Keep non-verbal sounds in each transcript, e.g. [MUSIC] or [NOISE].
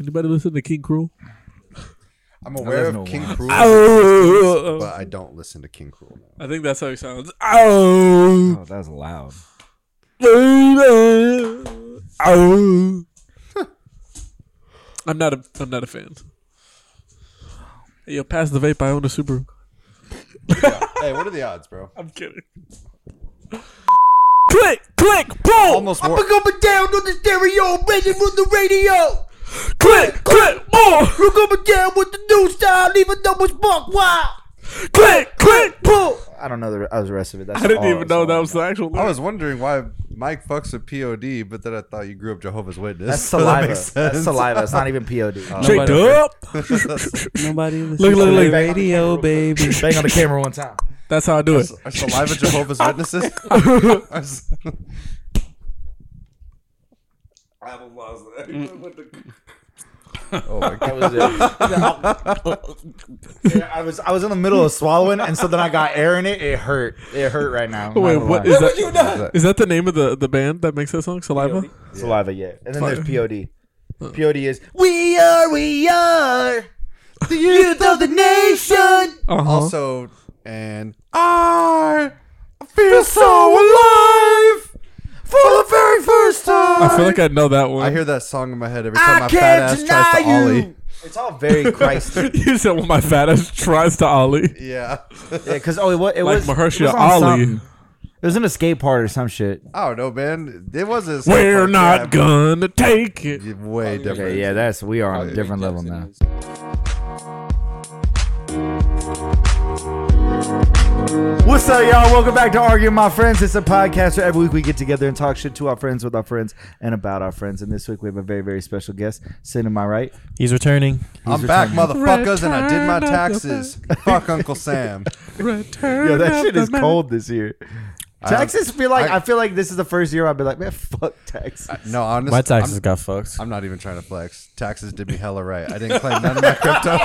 Anybody listen to King Cruel? I'm aware no of King one. Cruel, Oh, but I don't listen to King Cruel. No. I think that's how he sounds. Oh, Oh, that's loud. baby. Oh. I'm not a I'm not a fan. Hey, yo, pass the vape. I own a Subaru. [LAUGHS] hey, what are the odds, bro? I'm kidding. click, click, boom. Almost wore, going down on the stereo, ready for the radio. click, click, boom. We're going down with the new style, even though it's buck wild. click, click, boom. I don't know the, uh, the rest of it. That's I didn't all even know Oh, song. that was the actual. I was wondering why Mike fucks a POD, but then I thought you grew up Jehovah's Witness. That's So [LAUGHS] that saliva. makes That's sense. saliva. [LAUGHS] It's not [LAUGHS] even POD. Shake Nobody- [LAUGHS] up. Nobody listens Look, look, to look. the radio, baby. Bang on the camera one time. That's how I do it. Are saliva Jehovah's Witnesses? Are [LAUGHS] s- oh my god. That was [LAUGHS] it. yeah, I was I was in the middle of swallowing, and so then I got air in it. It hurt. It hurt right now. I'm not Wait, gonna what lie. is that? done? Is that the name of the, the band that makes that song? Saliva? Saliva, yeah. And then there's POD. POD is we are, we are the youth of the nation. Uh-huh. Also, and I feel so alive for the very first time. I feel like I know that one. I hear that song in my head every time my fat ass tries to ollie. It's all very Christy. [LAUGHS] [LAUGHS] you said when my fat ass tries to Ollie. Yeah, [LAUGHS] yeah, because oh, it, wa- it Like was it Mahershala was on Ali. something. It was in a skate park or some shit. I don't know, man. It was a We're not Yeah, gonna take it. way different. Okay, yeah, that's we are on a different level now. What's up, y'all? Welcome back to Arguing My Friends. It's a podcast where every week we get together and talk shit to our friends, with our friends, and about our friends. And this week we have a very, very special guest sitting to my right. He's returning. I'm He's back, returning. motherfuckers, and I did Return my of the taxes. Fuck Uncle Sam. Return Yo, that of shit the is man. cold this year. I- Texas feel like I, I- feel like this is the first year I've been like, man, [LAUGHS] fuck Texas. [LAUGHS] No, honestly, My taxes I'm, got fucked. I'm not even trying to flex. Taxes did me hella right. I didn't claim none of my [LAUGHS] crypto.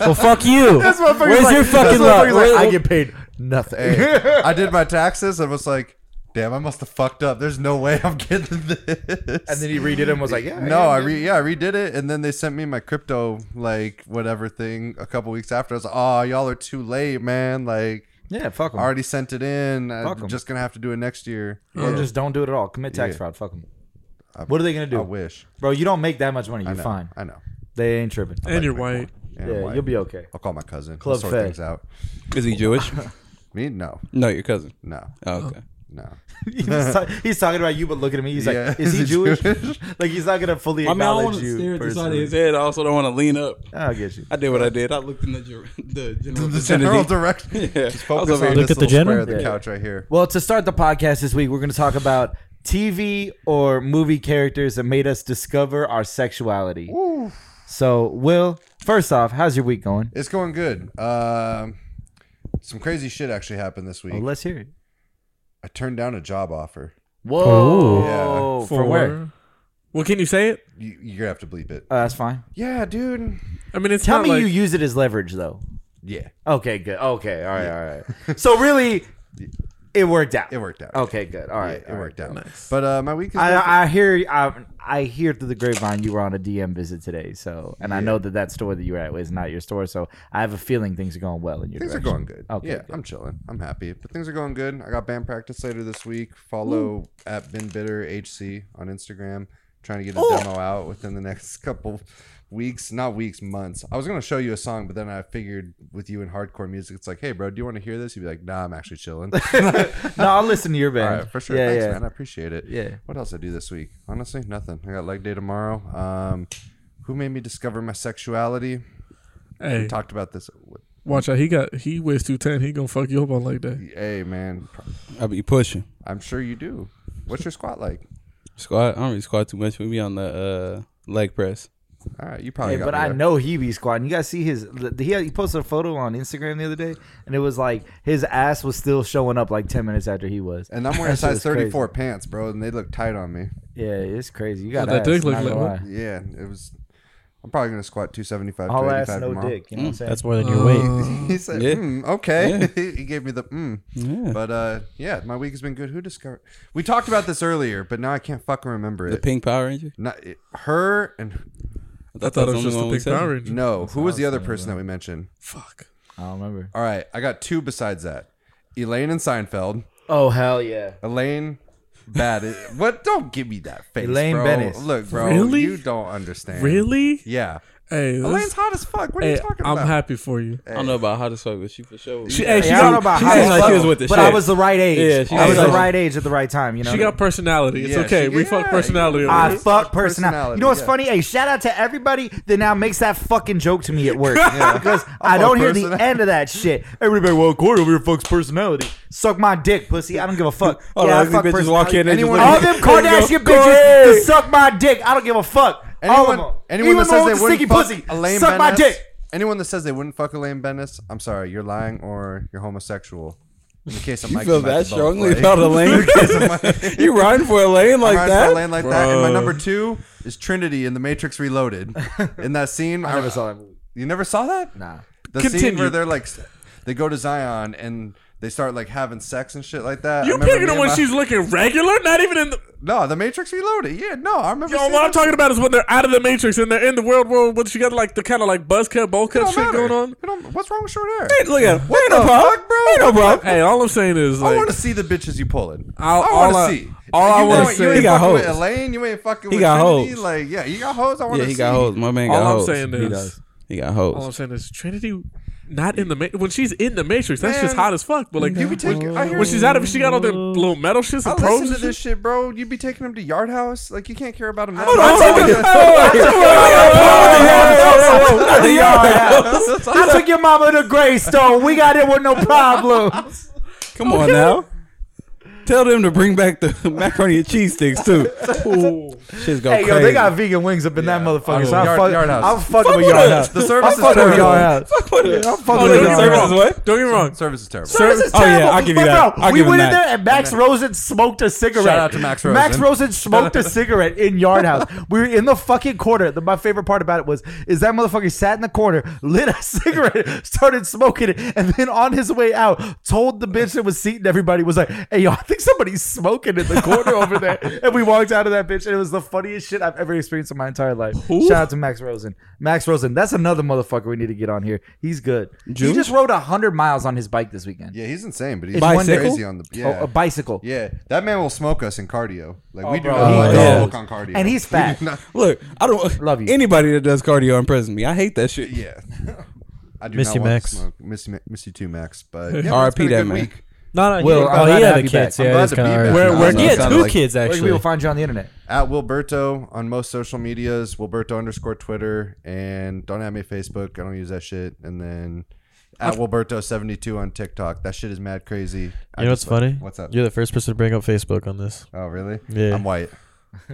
well, fuck you. This motherfucker's Where's like- your this fucking luck? motherfucker's like, I get paid nothing. Hey, I did my taxes and was like, damn, I must have fucked up. There's no way I'm getting this. And then he redid it and was like, yeah. no, I re- yeah, I redid it, and then they sent me my crypto like whatever thing a couple weeks after. I was like, "Oh, y'all are too late, man! Like, Yeah, I fuck them. already sent it in. Fuck I'm 'em. just gonna have to do it next year." Or just don't do it at all. Commit tax Yeah. fraud. Fuck them. What are they gonna I do, wish. bro? You don't make that much money. You're I know. fine. I know. They ain't tripping. And you're white. And I'm yeah, white. you'll be [LAUGHS] okay. [LAUGHS] I'll call my cousin. Club Club sort Fed. things out. Is he Jewish? Me? No, [LAUGHS] no, your cousin. no, Oh, okay. no. he's, ta- he's talking about you, but looking at me, he's Yeah. like, "Is he [LAUGHS] Is he Jewish?" Jewish? [LAUGHS] like he's not gonna fully I mean, I don't acknowledge want to you. stare at the side of personally. his head. I also don't want to lean up. I get you. I did what I did. I looked in the, ger- the general The general vicinity. direction. Yeah. Just I was focus over on here Look this at the little square general? of the Yeah. couch right here. Well, to start the podcast this week, we're gonna talk about TV or movie characters that made us discover our sexuality. So, Will, first off, how's your week going? It's going good. Um, some crazy shit actually happened this week. Well, let's hear it. I turned down a job offer. Whoa! Yeah. For where? Well, can you say it? You, you're gonna have to bleep it. Oh, that's fine. Yeah, dude. I mean, it's Tell not me like, you use it as leverage, though. Yeah, Okay, good. Okay, all right, all right. [LAUGHS] So really, it worked out. it worked out. Okay, good. All Yeah, right, it worked out. But uh, my week is. I, I hear I, I hear through the grapevine you were on a DM visit today. So, and I know that that store that you were at was not your store. So, I have a feeling things are going well in your things are direction. going good. Okay, yeah, good. I'm chilling. I'm happy. But things are going good. I got band practice later this week. Follow at Ben Bitter HC on Instagram. Trying to get a demo out within the next [LAUGHS] couple weeks, not weeks, months. I was gonna show you a song, but then I figured with you in hardcore music, it's like, hey, bro, do you want to hear this? You'd be like, nah, I'm actually chilling. [LAUGHS] No, I'll listen to your [LAUGHS] All band. right, for sure. Yeah, Thanks, yeah. man. I appreciate it. Yeah. What else I do this week? Honestly, nothing. I got leg day tomorrow. Um, who made me discover my sexuality? hey, We talked about this. watch out. He got he weighs two ten. He gonna fuck you up on like that. Hey, man. I be pushing. I'm sure you do. What's your squat like? Squat. I don't really squat too much. We be on the uh, leg press. All right, you probably. Hey, got but me I there. know he be squatting. You guys see his? He he posted a photo on Instagram the other day, and it was like his ass was still showing up like ten minutes after he was. And I'm wearing That shit size was crazy. 34 pants, bro, and they look tight on me. Yeah, it's crazy. You got That ass, dick look not like gonna what? lie. Yeah, it was. I'm probably gonna squat 275 All to ass, 85 no tomorrow. Mm, dick. You know what I'm saying? That's more than your [LAUGHS] weight. he said, Yeah. "Hmm, okay. [LAUGHS] he gave me the mm. But uh, yeah, my week has been good. Who discovered? We talked about this earlier, but now I can't fucking remember The it. pink Power Ranger. Not it, her and I thought it was the just only a one we big said. Mm-hmm. Power Ranger. no. Who was the other person that we mentioned? Fuck. I don't remember. All right, I got two besides that. Elaine and Seinfeld. Oh hell yeah! Elaine, [LAUGHS] bad. at- what? Don't give me that face, Elaine bro. Bennis. Look, bro, Really? you don't understand. Really? Yeah. Hey, this- Elaine's hot as fuck. What are hey, you talking I'm about? happy for you. I don't know about how to fuck, but she for sure. She, hey, she, Yeah, I got, don't know about she, how, got- the like, fuck, she was with the but shit. I was the right age. Yeah, she I was was the like- right age at the right time. You know, she got personality. It's Yeah, okay. she- we fuck yeah. personality. over I here. personality, fuck personality. You know what's yeah. funny? Hey, shout out to everybody that now makes that fucking joke to me at work [LAUGHS] because I don't hear the personality. end of that shit. Everybody, well, Corey over here fucks personality. Suck my dick, pussy. I don't give a fuck. All yeah, the I ugly fuck bitches walk personality. in and just Anyone- look All at them you. There you go. Kardashian Corey! bitches that suck my dick. I don't give a fuck. [LAUGHS] All of Anyone, them. anyone that Even the one says they with the wouldn't sticky fuck pussy. Elaine Suck Bennis, my dick. Anyone that says they wouldn't fuck Elaine Bennis, I'm sorry, you're lying or you're homosexual. In the case of You Mike, feel Mike that DeBoer, strongly like, about [LAUGHS] Elaine? you riding for Elaine like I'm riding that? for Elaine like that. And my number two is Trinity in The Matrix Reloaded. In that scene, [LAUGHS] I never saw that movie. You never saw that? Nah. The scene Continue. where they're like, they go to Zion and they start like having sex and shit like that. I You remember picking me the and when my- she's looking regular? Not even in the. no The Matrix Reloaded. Yeah, no, I remember. Yo, seeing what I'm that talking about is when they're out of the matrix and they're in the world world. What she got like the kind of like buzz cut, bowl shit. It cut don't shit matter. going on? It don't- What's wrong with short hair? Hey, look [LAUGHS] at him. Ain't no problem. Ain't no problem. Hey, all I'm saying is I like want to see the bitches you pulling. I'll- I want all I- to see. all I You wanna ain't- see- You He ain't got fucking with hoes. Elaine. You ain't fucking. He with got Trinity. hoes. Like yeah, you got hoes. I want to Yeah, see. he got hoes. My man got All I'm hoes. saying he is- does. He got all I'm hoes. saying is Trinity not in the ma- when she's in the matrix. That's just Man. hot as fuck. But like You be taking. I hear when she's out of it, she got all the little metal shits I and listen probes. to and this shit. shit, bro. You be taking them to Yard House. Like you can't care about them. Hold on, hold on. [LAUGHS] Oh, I took your mama to Greystone. We got it with no problems. Come on now. Tell them to bring back the [LAUGHS] macaroni and cheese sticks too. Shit's going Hey, crazy. yo, they [LAUGHS] got vegan wings up in that motherfucker. So I'm, Yard- fuck, Yard House. I'm fucking with Yard [LAUGHS] House. The service I'm is fucking with terrible. Yard House. I'm fucking Oh, with don't, Yard get me House. wrong. don't get me wrong. Service is terrible. Service is Oh, yeah, terrible. I'll give you But that. Bro, I'll we give him went in that. there and Max Rosen smoked a cigarette. Shout out to Max Rosen. Max Rosen smoked [LAUGHS] a cigarette in Yard House. We were in the fucking corner. The, my favorite part about it was is that motherfucker sat in the corner, lit a [LAUGHS] cigarette, started smoking it, and then on his way out told the bitch that was seating everybody was like, "Hey, yo, I think somebody's smoking in the corner [LAUGHS] over there." And we walked out of that bitch, and it was the funniest shit I've ever experienced in my entire life. Shout out to Max Rosen. Max Rosen, that's another motherfucker we need to get on here. He's good. He Juice? just rode hundred miles on his bike this weekend. Yeah, he's insane, but he's Bicycle? crazy on the yeah. Oh, a bicycle. Yeah, that man will smoke us in cardio. Like we do Oh, bro. not He like does. smoke on cardio, And he's [LAUGHS] We fat. do not- Look, I don't Love you. Anybody that does cardio imprison me, I hate that shit. Yeah, [LAUGHS] I do Miss not you, want Max. To smoke. Miss you, Ma- miss you too, Max. [LAUGHS] But yeah, R.I.P. it's been a that good man. Week. No, no. Will, Will, I'm glad oh, he to had have a you kid. back. I'm Yeah, glad that's to be kind back. of Where- where- He had Sounded two like- kids Where can people actually. find you on the internet? at Wilberto on most social medias, Wilberto underscore Twitter, and don't have me Facebook. I don't use that shit. And then at Wilberto72 on TikTok. That shit is mad crazy. I You know what's just- funny? What's up? You're the first person to bring up Facebook on this. Oh, really? Yeah. I'm white. [LAUGHS]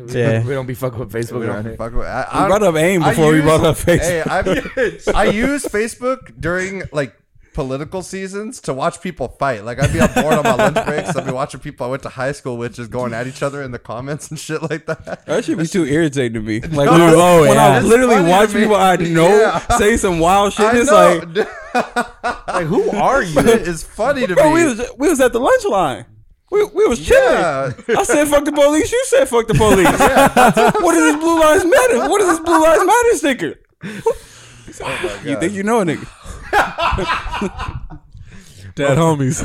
Yeah. we don't be fucking with Facebook We around don't here. fuck with, I, We I- brought up AIM I before we use- brought up Facebook. Hey, I, I use Facebook during like political seasons to watch people fight. Like I'd be on board on my lunch breaks. I'd be watching people I went to high school with just going at each other in the comments and shit like that. [LAUGHS] That should be too irritating to me. Like No, when, oh, when yeah. I It's literally funny to watch me. people I know [LAUGHS] Yeah. say some wild shit, I it's know. like, Like, who are you? it's funny to bro, we me. was we was at the lunch line. We, we was chilling. Yeah. I said fuck the police. You said fuck the police. [LAUGHS] what is this blue lives matter? What is this blue lives matter sticker? Oh [LAUGHS] you think you know a [LAUGHS] nigga? Dead homies.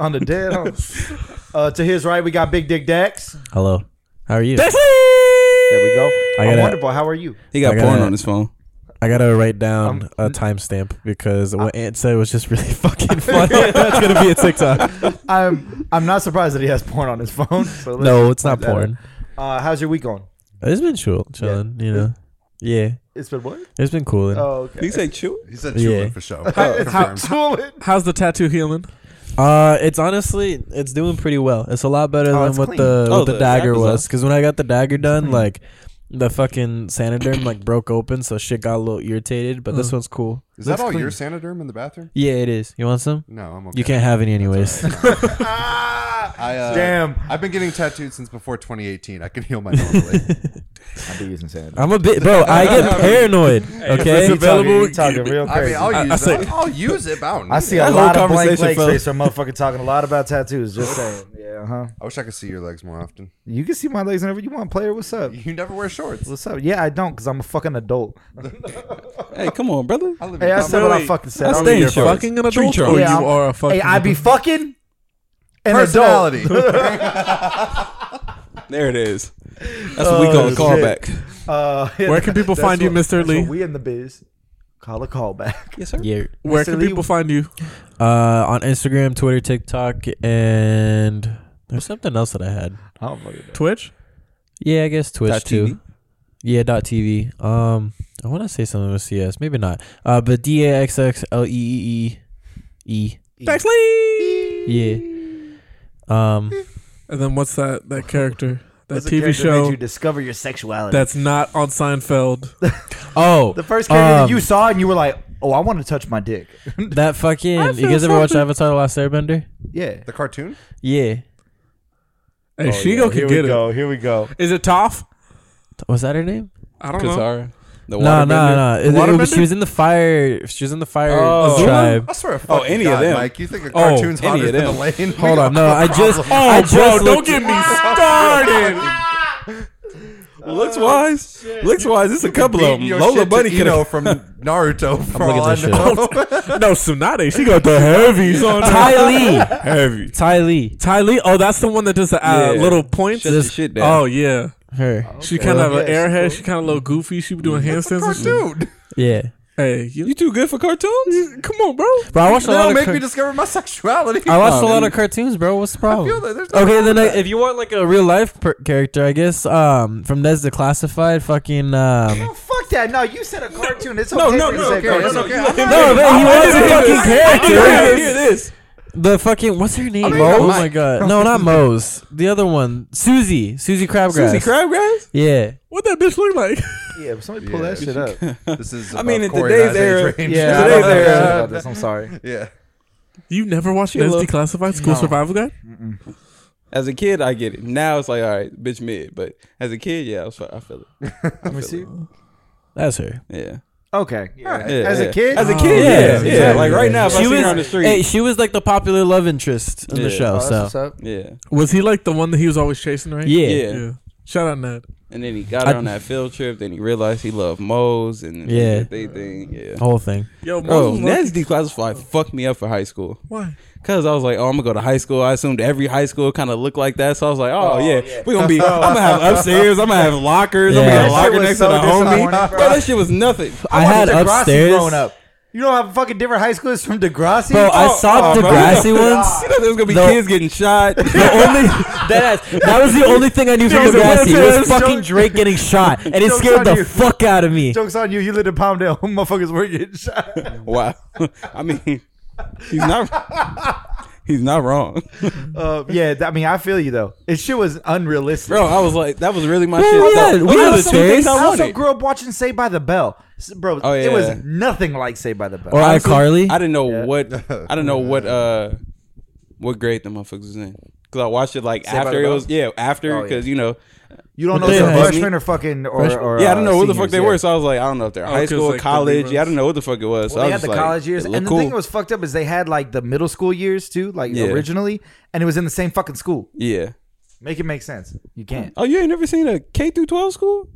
on the [LAUGHS] dead huh? Uh, to his right, we got Big Dick Dax. Hello. How are you? There we go. I I'm gotta- wonderful. How are you? [LAUGHS] He got I got porn it. on his phone. I gotta write down a timestamp because what Ant said was just really [LAUGHS] fucking funny. That's gonna be a [LAUGHS] TikTok. I'm I'm not surprised that he has porn on his phone. So let's No, just it's not point that porn. out. Uh, how's your week going? It's been chill, chilling. You know. Yeah, It's been what? it's been cool. Oh, okay. He said chew. [LAUGHS] He said Yeah. chewing for sure. [LAUGHS] Confirmed. Tooling. How's the tattoo healing? Uh, it's honestly, it's doing pretty well. It's a lot better Oh, than it's what clean. the Oh, what the, the dagger dagger's was. off. Because when I got the dagger done, like the fucking sanoderm like broke open, so shit got a little irritated. But this one's cool. Is that all your Sanoderm in the bathroom? Yeah, it is. You want some? No, I'm okay. You can't have any anyways. Ah, I, uh, Damn. I've been getting tattooed since before 2018. I can heal my normally. I'd be using sand. I'm a bit, bro. [LAUGHS] I get paranoid. Okay, it's available, You're talking real I crazy. mean, I'll I- I use say- it. I'll use it, but I, don't I need see it. a That whole lot of blank conversation legs fell- based on motherfucking talking a lot about tattoos. Just saying. Yeah, uh-huh. huh? I wish I could see your legs more often. You can see my legs whenever you want, player. What's up? You never wear shorts. What's up? Yeah, I don't because I'm a fucking adult. Hey, come on, brother. I live Hey, I in said what I Really? fucking said. That's I'm the- a- Stay in You're shorts. fucking an Street adult, shorts. or Yeah, I'm- you are a fucking. Hey, I be fucking an adult. personality. There it is. That's what we Oh, call a shit. callback. [LAUGHS] Uh, yeah, Where can people that's find you, what- Mr. that's Lee? what We in the biz. Call a callback. [LAUGHS] Yes, sir. Yeah. Where Mr. can Lee- people find you? Uh, on Instagram, Twitter, TikTok, and there's something else that I had. I don't fucking know. Twitch. Yeah, I guess Twitch Dot too. TV? Yeah, dot TV. Um, I want to say something with CS, maybe not. Uh, but D A X X L E E E E. Yeah. Um, And then what's that? That character. That What's the TV character made show. you discover your sexuality. That's not on [LAUGHS] Seinfeld. oh, the first character that um, you saw and you were like, "Oh, I want to touch my dick." [LAUGHS] that fucking. You guys ever watch Avatar: The Last Airbender? yeah. [LAUGHS] the cartoon? Yeah. Hey, Shigo can get it. Here we go. Is it Toph? Was that her name? I don't know. Katara. The No, waterbender. no, no. It- it was- Waterbender? She was in the fire. She was in the fire Oh. tribe. I swear to fucking any of God, them. Mike, you think a cartoon's any hotter of than them. Elaine? Hold [LAUGHS] on, no, I just, Oh, I just bro, don't looked- get [LAUGHS] me [LAUGHS] started. Looks wise. Looks wise. It's a couple of them. Lola Bunny you could know from Naruto. For looking all I at [LAUGHS] this know. no, Tsunade. She got the heavies on her. [LAUGHS] Ty Lee. heavy. Ty Lee. Ty Lee. Oh, that's the one that does the uh, Yeah. little points. Shut the shit down. Oh yeah. Her. She kind of have an Yeah, she's airhead. She kind of a little goofy. She be doing handstands. [LAUGHS] and shit. Dude, Yeah. Hey, you, You too good for cartoons? come on, bro. Bro, I watched a they lot don't of. make car- me discover my sexuality. I watched Oh, a lot man. of cartoons, bro. What's the problem? feel that there's no okay, then I, if you want like a real life per- character, I guess um from Ned's Declassified, fucking um. No, Oh, fuck that. No, you said a cartoon. It's okay. No, no, for you to no, say no, cartoon. no, no. okay. I'm not- No, but he was a [LAUGHS] fucking Yeah, character. hear this. The fucking what's her name? mean, Oh Mike. my god! No, not Mose. The other one, Susie. Susie Crabgrass. Susie Crabgrass? Yeah. What that bitch look like? Yeah, but somebody pull Yeah. that [LAUGHS] shit up. [LAUGHS] This is. I mean, about in Corey today's and I's age era- range. Yeah, I Today don't know they're, shit uh, about this. I'm sorry. yeah. You never watched She a Ned's little- Declassified School Survival Guide? As a kid, I get it. Now it's like, all right, bitch mid. But as a kid, yeah, I, was, I feel it. [LAUGHS] Let me see. That's her. Yeah. Okay. yeah. As a kid, As a Oh, kid, yeah, yeah. Yeah. exactly. Like right now, if I She see was her on the street. Hey, she was like the popular love interest in Yeah. the show. Oh, that's so what's up. yeah. Was he like the one that he was always chasing, right? yeah. Yeah. Shout out Ned. And then he got I- her on that field trip. Then he realized he loved Moe's and Yeah. Oh, yeah. they thing. Yeah. whole thing. Yo, Bro, Moses, Ned's declassified fucked me up for high school. why? Cause I was like, oh, I'm gonna go to high school. I assumed every high school kind of looked like that. So I was like, oh, yeah, we're gonna be. I'm gonna have upstairs. I'm gonna have lockers. I'm Yeah. That gonna have a shit locker was next so to the homie. disappointing, Bro, that shit was nothing. I, wanted had Degrassi upstairs. growing up. You don't have a fucking different high school. It's from Degrassi. Bro, I saw oh, bro. Degrassi [LAUGHS] You once. know, there was gonna [LAUGHS] be The- kids [LAUGHS] getting shot. [LAUGHS] The only that, that was the only thing I knew from Dude, Degrassi that's- was fucking Drake [LAUGHS] getting shot, and it Jokes on scared you. the fuck out of [LAUGHS] me. Jokes on you. You live in Palmdale. [LAUGHS] Motherfuckers were getting shot. wow. [LAUGHS] I mean, he's not. He's not wrong, [LAUGHS] Uh, yeah, th- I mean, I feel you though. It shit was unrealistic. bro. I was like, that was really my Well, shit. oh, we That- had- we those had are the upstairs. two things I I also wanted. grew up watching Saved by the Bell, S- bro. Oh, It yeah. was nothing like Saved by the Bell. Or Honestly, iCarly. I didn't know Yeah. what. I didn't know what. Uh, what grade the motherfuckers was in. Cause I watched it like by after the it was yeah after Oh, yeah. because you know you don't know But they if they're had- freshmen or fucking or, or yeah, I don't know uh, what the fuck seniors, they yeah. were. So I was like, I don't know if they're high 'cause, school, like, the college. Yeah, I reruns. don't know what the fuck it was. so Well, they I had was just the like, college years, it and looked the cool. thing that was fucked up is they had like the middle school years too, like Yeah. originally, and it was in the same fucking school. yeah. Make it make sense. You can't. Oh, you ain't never seen a K through twelve school?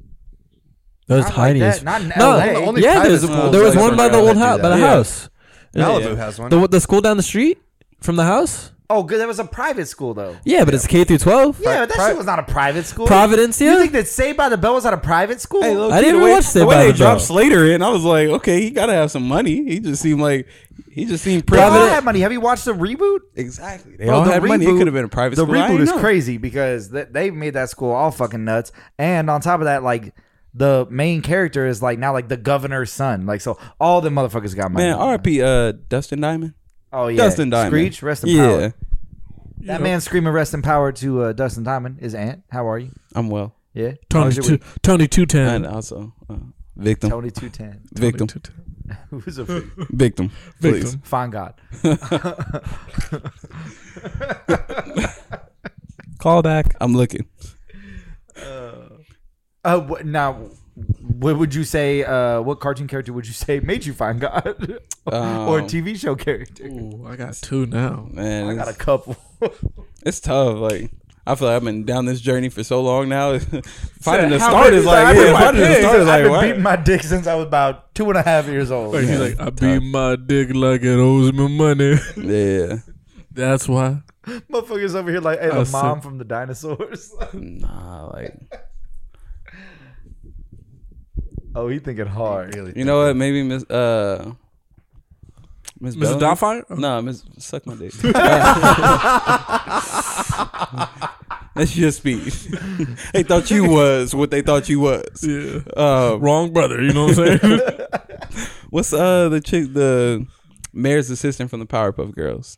That was Not like tiny. that, as- not in no, LA. The only yeah, private there's, schools there was like one by the around old that house, do by the that. house. Malibu Yeah. has one. The the school down the street from the house. Oh, good. That was a private school though. Yeah, but it's K through twelve. Yeah, but that pri- shit was not a private school. Providence, You yeah. think that Saved by the Bell was at a private school? Hey, low I key, didn't the even way, watch Saved the way by they the dropped Bell. Slater in. I was like, okay, he gotta have some money. He just seemed like he just seemed they all private. had money. Have you watched the reboot? Exactly. They Bro, all the had money. It reboot- could have been a private The school. I reboot ain't is know. crazy because th- they've made that school all fucking nuts. And on top of that, like the main character is like now like the governor's son. Like so, all the motherfuckers got money. Man, R.I.P. Uh, Dustin Diamond. Oh yeah, Dustin Diamond. Screech, rest in yeah, power. That know. man screaming rest in power to uh, Dustin Diamond. His aunt. How are you? I'm well. Yeah, How Tony was your two, week? Tony two And ten. also uh, victim, Tony two ten. [LAUGHS] victim, Who's a freak? victim, please. Victim. fine god? Call back. I'm looking. Uh, wh- now, what would you say? Uh, what cartoon character would you say made you find God, [LAUGHS] or Um, TV show character? Ooh, I got two now. Man, I it's- got [LAUGHS] a couple. It's tough. Like I feel like I've been down this journey for so long now. [LAUGHS] finding the How start many is times like I've been yeah, my finding the dick? start I've is like been what? beating my dick since I was about two and a half years old. Like, he's like, I beat my dick like it owes me money. [LAUGHS] yeah. That's why. Motherfuckers over here like, hey, Oh, the so- mom from the dinosaurs. [LAUGHS] Nah, like oh, he thinking hard. Really? you know what? Maybe Miss uh Miss Mr. Bellamy? Doubtfire? No, Miss suck my dick. [LAUGHS] That's your speed. [LAUGHS] they thought you was what they thought you was. Oh. Yeah. Uh, Wrong brother, you know what I'm [LAUGHS] saying? what's uh the chick the mayor's assistant from the Powerpuff Girls?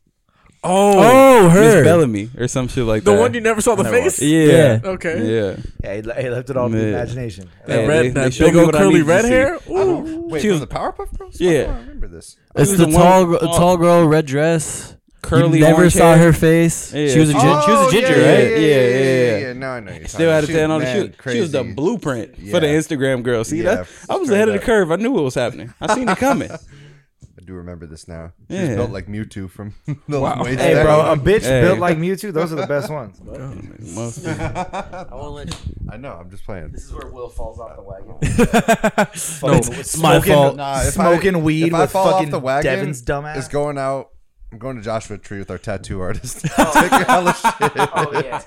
oh, Miss Bellamy or some shit like The that. one you never saw the face? yeah. Okay. Yeah. Yeah, he, le- he left it all to the Yeah. imagination. Yeah, That, red, they- they that showed big me old what I needed curly to red see. hair? Ooh. Wait, She from was- the Powerpuff Girls? Yeah. I don't remember this. It's was the, the one- tall, gr- oh. tall girl, red dress. Curly you never orange saw hair. her face. Yeah. She was a gin- she was a Oh, ginger, yeah, right? Yeah, yeah, yeah. yeah, yeah. Now I know. you're Still talking. had a She was tan on the mad shoot. She was the crazy. blueprint for the Yeah. Instagram girl. See Yeah, that? I was straight ahead of the up. curve. I knew what was happening. I seen [LAUGHS] it coming. I do remember this now. She's Yeah. built like Mewtwo from [LAUGHS] the wow. Hey, bro, a bitch Hey. built like Mewtwo. Those are the best ones. [LAUGHS] I know. I'm just playing. This is where Will falls off the wagon. No, it's my fault. Nah, if I- smoking weed if I with fall off fucking the wagon, Devin's dumbass. It's going out. I'm going to Joshua Tree with our tattoo [LAUGHS] artist. Taking hella shit. Oh yeah.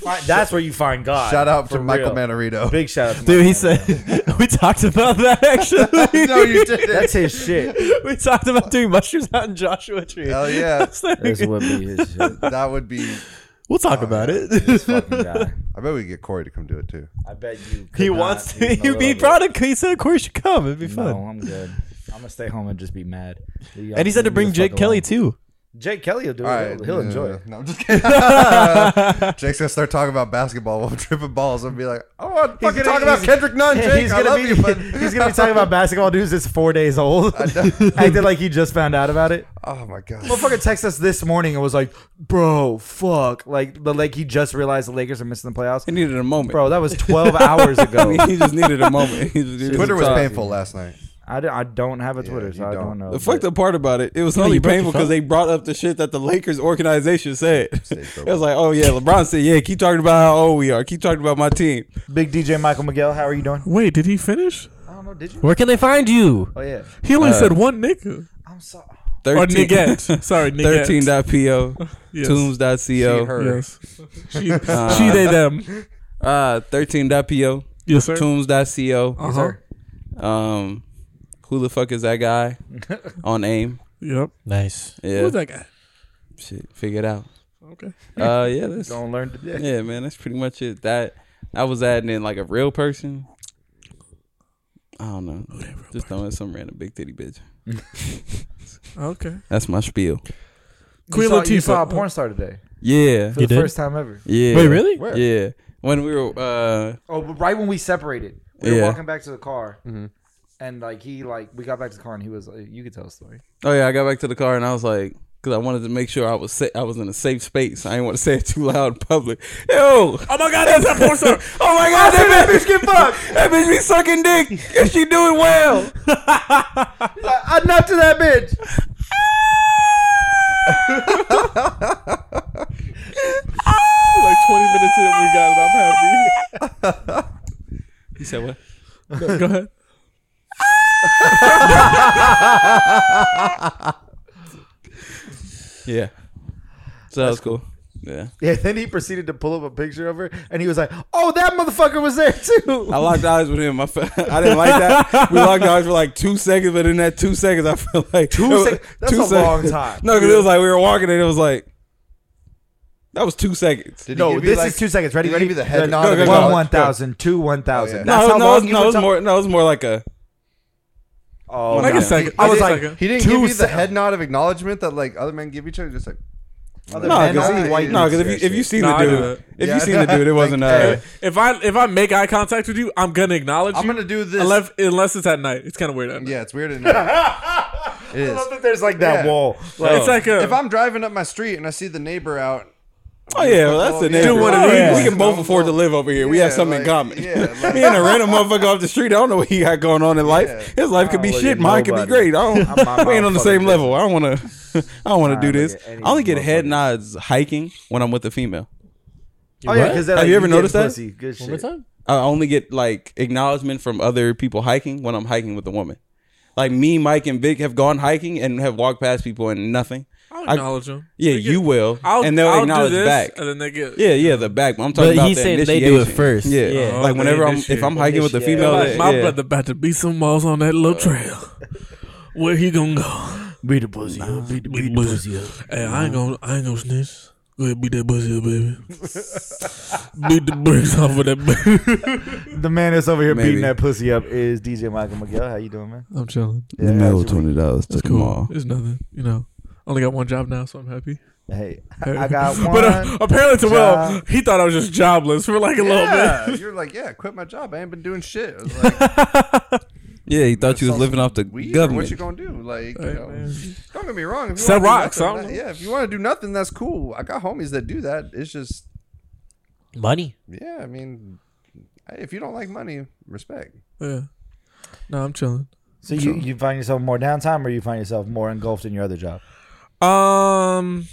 Fi- That's where you [LAUGHS] find God. Shout out to for Michael real. Manarito. [LAUGHS] Big shout out to Michael Dude, he said [LAUGHS] we talked about that actually. no, [LAUGHS] you did Manarito. it. That's his [LAUGHS] shit. we talked about doing mushrooms out in Joshua Tree. [LAUGHS] Hell Oh, yeah. This would be his shit. That would be. We'll talk about it. [LAUGHS] This fucking guy. I bet we could get Corey to come do it too. I bet you. he wants to. [LAUGHS] He be proud of. He said, "Of course, you come. It'd be fun." No, I'm good. I'm gonna stay home and just be mad. Leave y'all- and he said to leave bring the Jake fuck Kelly alone. too. Jake Kelly will do it. All right, He'll, he'll no, no, enjoy no. it. No, I'm just kidding. [LAUGHS] Jake's gonna start talking about basketball while I'm tripping balls and be like, "I want to fucking talk about Kendrick Nunn." yeah, Jake, he's I gonna love be you, [LAUGHS] but he's gonna be talking about basketball dudes that's four days old. [LAUGHS] Acted like he just found out about it. [LAUGHS] Oh my god. Motherfucker texted us this morning and was like, "Bro, fuck!" Like the like he just realized the Lakers are missing the He playoffs. needed a moment. Bro, that was twelve hours ago. [LAUGHS] he just needed a moment. He just needed Twitter some was time. painful last night. I don't, I don't have a Yeah, Twitter, you so I don't. don't know. The fucked but- up part about it, it was only you broke your painful because phone. they brought up the shit that the Lakers [LAUGHS] organization said. Stay It sober. was like, oh yeah, LeBron said, yeah, keep talking about how old we are. Keep talking about my team. Big DJ Michael Miguel, how are you doing? Wait, did he finish? I don't know. Did you? Where can they find you? Oh yeah. He Uh, only said one nigga. I'm sorry. Or 13, [LAUGHS] nigga. Sorry, nigga. 13.po, Yes. tombs.co, [LAUGHS] Yes. She, she, they, them. uh, 13.po, Yes, sir. tombs.co. Uh huh. Um, who the fuck is that guy [LAUGHS] on AIM? Yep. Nice. Yeah, Who's that guy? shit, figure it out. Okay. Uh, yeah, that's Don't learn today. yeah, man. That's pretty much it. That I was adding in like a real person. I don't know. Just throwing some random big titty bitch. Okay. That's my spiel. Queen you, saw, you Latifah. saw a porn star today Yeah, for You the did? first time ever. yeah. Wait, really? Where? Yeah. When we were, uh, Oh, but right when we separated, we were Yeah. Mm-hmm. walking back to the car, and like he like we got back to the car, and he was. Like, you could tell a story. oh yeah, I got back to the car and I was like, because I wanted to make sure I was sa- I was in a safe space. I didn't want to say it too loud in public. Yo, Oh my God, that's that porn star. [LAUGHS] Oh my god, that bitch get fucked. [LAUGHS] That bitch be sucking dick, and she doing well. I nut Uh, to that bitch. like 20 minutes in, we got it. I'm happy. [LAUGHS] You said what? Go ahead. Yeah. So that was cool. Yeah. [LAUGHS] Yeah. Then he proceeded to pull up a picture of her, and he was like, "Oh, that motherfucker was there too." I locked eyes with him. I, fe- [LAUGHS] I didn't like that. We locked eyes for like two seconds, but in that two seconds, I felt like Two it was- sec- that's a long time. [LAUGHS] No, because it was like we were walking, and it was like that was two seconds. Did he no, give you, this like- is two seconds. did Ready? he Ready? give you the head nod? Go, or go, the go. One go? one thousand, two one thousand. Oh, yeah. That's no, how no, long it was, you no, were it was talking- more. No, it was more like a. Oh, Like Like a a Yeah. second. I was like, He didn't Two give you the sec- head nod of acknowledgement that like other men give each other. Just like Other No, men because only white no, 'cause dudes if do you if that you seen Nah, I the do dude, that. if Yeah. you seen the dude, it wasn't. Uh, Hey. if I if I make eye contact with you, I'm gonna acknowledge I'm you. gonna do this. unless, unless it's at night. It's kind of weird. At night. Yeah, it's weird enough. it [LAUGHS] I is. love that there's like that Yeah. wall. Like, It's like a. If I'm driving up my street and I see the neighbor out Oh yeah, well, that's the Yeah. name. Do one of We these. can both afford to live over here. we have Yeah, something in like- common. [LAUGHS] yeah, like- Me and a random motherfucker off the street. I don't know what he got going on in life. Yeah. His life could I be don't look at shit. Mine could be nobody. great. I don't. I'm- I'm- [LAUGHS] we ain't on the I'm same fucking level. I don't want to. [LAUGHS] I don't want to I do don't this. look at any I only get head motherfucker. nods hiking when I'm with a female. Oh yeah, What? because Have you ever noticed that? Pussy. Good One more shit. time? I only get like acknowledgement from other people hiking when I'm hiking with a woman. Like me, Mike, and Vic have gone hiking and have walked past people and nothing. I'll I- acknowledge them. Yeah, you will, I'll, and they'll I'll acknowledge do this, back. and then they get. Yeah, yeah, the back. But I'm talking But about he's the saying they do it initiation. first. Yeah, Yeah. like Oh, whenever they I'm initiate. if I'm hiking with a Initiate. female, Like, that- my yeah. brother about to beat some balls on that little trail. Where he gonna go? Beat the pussy. up, Beat the, beat the pussy. up. Hey, I ain't gonna, I ain't gonna snitch. Go ahead, beat that pussy up, baby. [LAUGHS] beat the bricks off of that baby. The man that's over here Maybe. beating that pussy up is DJ Michael McGill. How you doing, man? I'm chilling. Yeah, how's your week? twenty dollars to It's cool. It's nothing. You know, only got one job now, so I'm happy. Hey, I got [LAUGHS] [LAUGHS] one. But uh, apparently, to Will, job. he thought I was just jobless for like a little yeah, bit. [LAUGHS] you're like, yeah, I quit my job. I ain't been doing shit. I was like, Yeah, he thought you was Sounds living off the weed? Or government. what you gonna do? Like, you Hey, know, man. don't get me wrong. If you Set wanna do rocks, nothing, I don't that- know. yeah, if you want to do nothing, that's cool. I got homies that do that. It's just, Money. yeah, I mean, hey, if you don't like money, respect. Uh, Yeah. No, I'm chilling. so [LAUGHS] you, you find yourself more downtime, or you find yourself more engulfed in your other job? Um,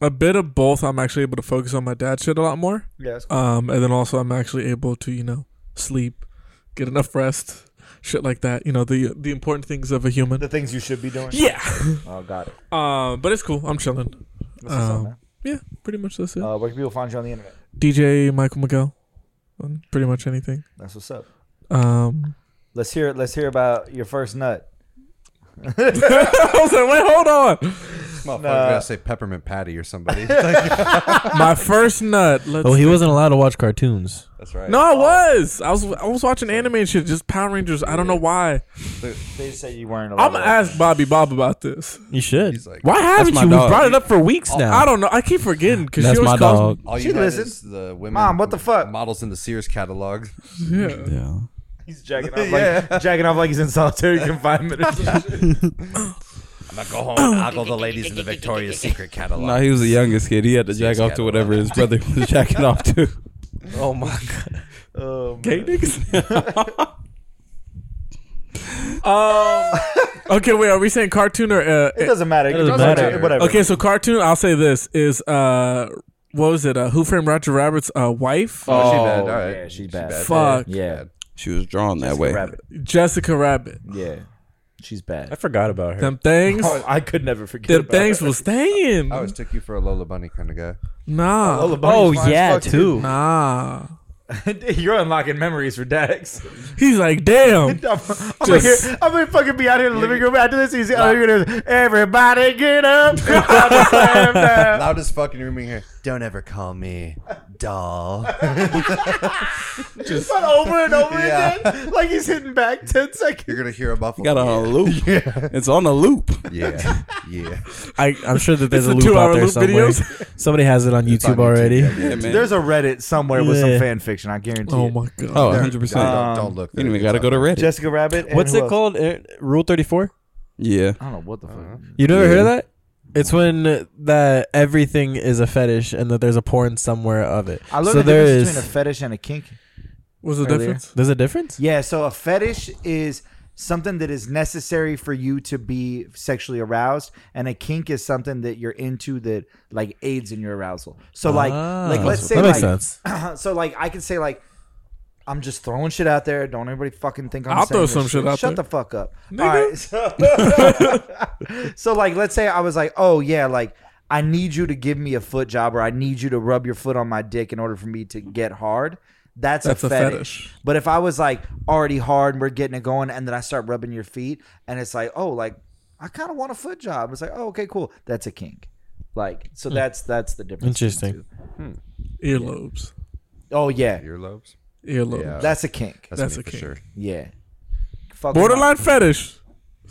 a bit of both. I'm actually able to focus on my dad shit a lot more. Yeah, Uh, that's Um, and then also I'm actually able to you know sleep, get enough rest, shit like that. You know the the important things of a human. the things you should be doing. Yeah. Oh, got it. Uh, but it's cool. I'm chilling. That's what's up, Um, man. Yeah, pretty much that's it. Uh, where can people find you on the internet? DJ Michael Miguel, on pretty much anything. That's what's up. Um, [LAUGHS] Let's hear. Let's hear about your first nut. I was like, wait, hold on. Motherfucker, Nah. gotta say peppermint patty or somebody. [LAUGHS] My first nut. Let's Oh, he Oh. wasn't allowed to watch cartoons. that's right. No, I was. I was. I was watching anime and shit. Just Power Rangers. I don't know why. They said you weren't. I'm gonna ask Bobby Bob about this. Oh, You should. He's like, Why haven't my you? dog. We brought it up for weeks now. I don't know. I keep forgetting because That's she my always calls. dog. All She you had listened. is the women. Mom, what the fuck? Models in the Sears catalog. Yeah. Yeah. He's jacking off like Yeah. jacking off like he's in solitary confinement. or some shit. I'm gonna go home [COUGHS] and ogle the ladies in the Victoria's [LAUGHS] Secret catalog. No, he was the youngest kid. He had to jack he's off got to a whatever his brother was [LAUGHS] jacking off to. Oh my god. Oh, man. Gay niggas. [LAUGHS] um. Okay, wait. Are we saying cartoon or? Uh, It doesn't matter. It, doesn't doesn't matter. matter. Whatever. okay, so cartoon. I'll say this is uh, what was it? Uh, Who Framed Roger Rabbit's uh, wife? Oh, she bad. All right. yeah, she's bad. Fuck, Yeah, She was drawn that way. rabbit. Jessica Rabbit. Yeah, she's I bad. forgot about her. Them things. Oh, I could never forget. Them about things was staying. I always took you for a Lola Bunny kind of guy. Nah. that. Oh Bunny's fine as yeah, fuck, too. Nah. dude. [LAUGHS] You're unlocking memories for Dax. [LAUGHS] He's like, damn. I'm, I'm gonna hear- I'm gonna fucking be out here in the living room after this. He's out here. gonna- Everybody get up. [LAUGHS] Slam down. Loudest fucking room in here. Don't ever call me doll. But over and over Yeah. again, like he's hitting back ten seconds. You're gonna hear a muffled. Got it on a [LAUGHS] loop. It's on a loop. yeah, yeah. I, I'm sure that there's It's the a loop two-hour out there loop somewhere. videos. [LAUGHS] Somebody has it on YouTube on YouTube, already. yeah. Yeah, man. There's a Reddit somewhere with Yeah. some fan fiction. I guarantee. Oh it. my god. oh, Don't, 100%. don't look. you don't even got to go to Reddit. Jessica Rabbit. and What's who it else? called? Uh, Rule 34? yeah. I don't know what the fuck. Uh-huh. You never heard Yeah. of that? It's when that everything is a fetish and that there's a porn somewhere of it. I learned so the there difference is- between a fetish and a kink. What's the Earlier. difference? There's a difference? Yeah, so a fetish is something that is necessary for you to be sexually aroused, and a kink is something that you're into that like aids in your arousal. So like, Ah. like let's say that makes like, sense. [CLEARS THROAT] so like I can say like. I'm just throwing shit out there. Don't everybody fucking think I'm. I'll saying throw this some shit out Shut there. the fuck up. All right. [LAUGHS] So, so like, let's say I was like, oh yeah, like I need you to give me a foot job, or I need you to rub your foot on my dick in order for me to get hard. That's, That's a, a fetish. fetish. But if I was like already hard and we're getting it going, and then I start rubbing your feet, and it's like, oh, like I kind of want a foot job. It's like, oh, okay, cool. That's a kink. Like, so that's that's the difference. between the Interesting. two. Earlobes. Oh yeah, Earlobes. Earlobes. Yeah. that's a kink. That's me a for kink. sure. Yeah. Fuck Borderline fetish.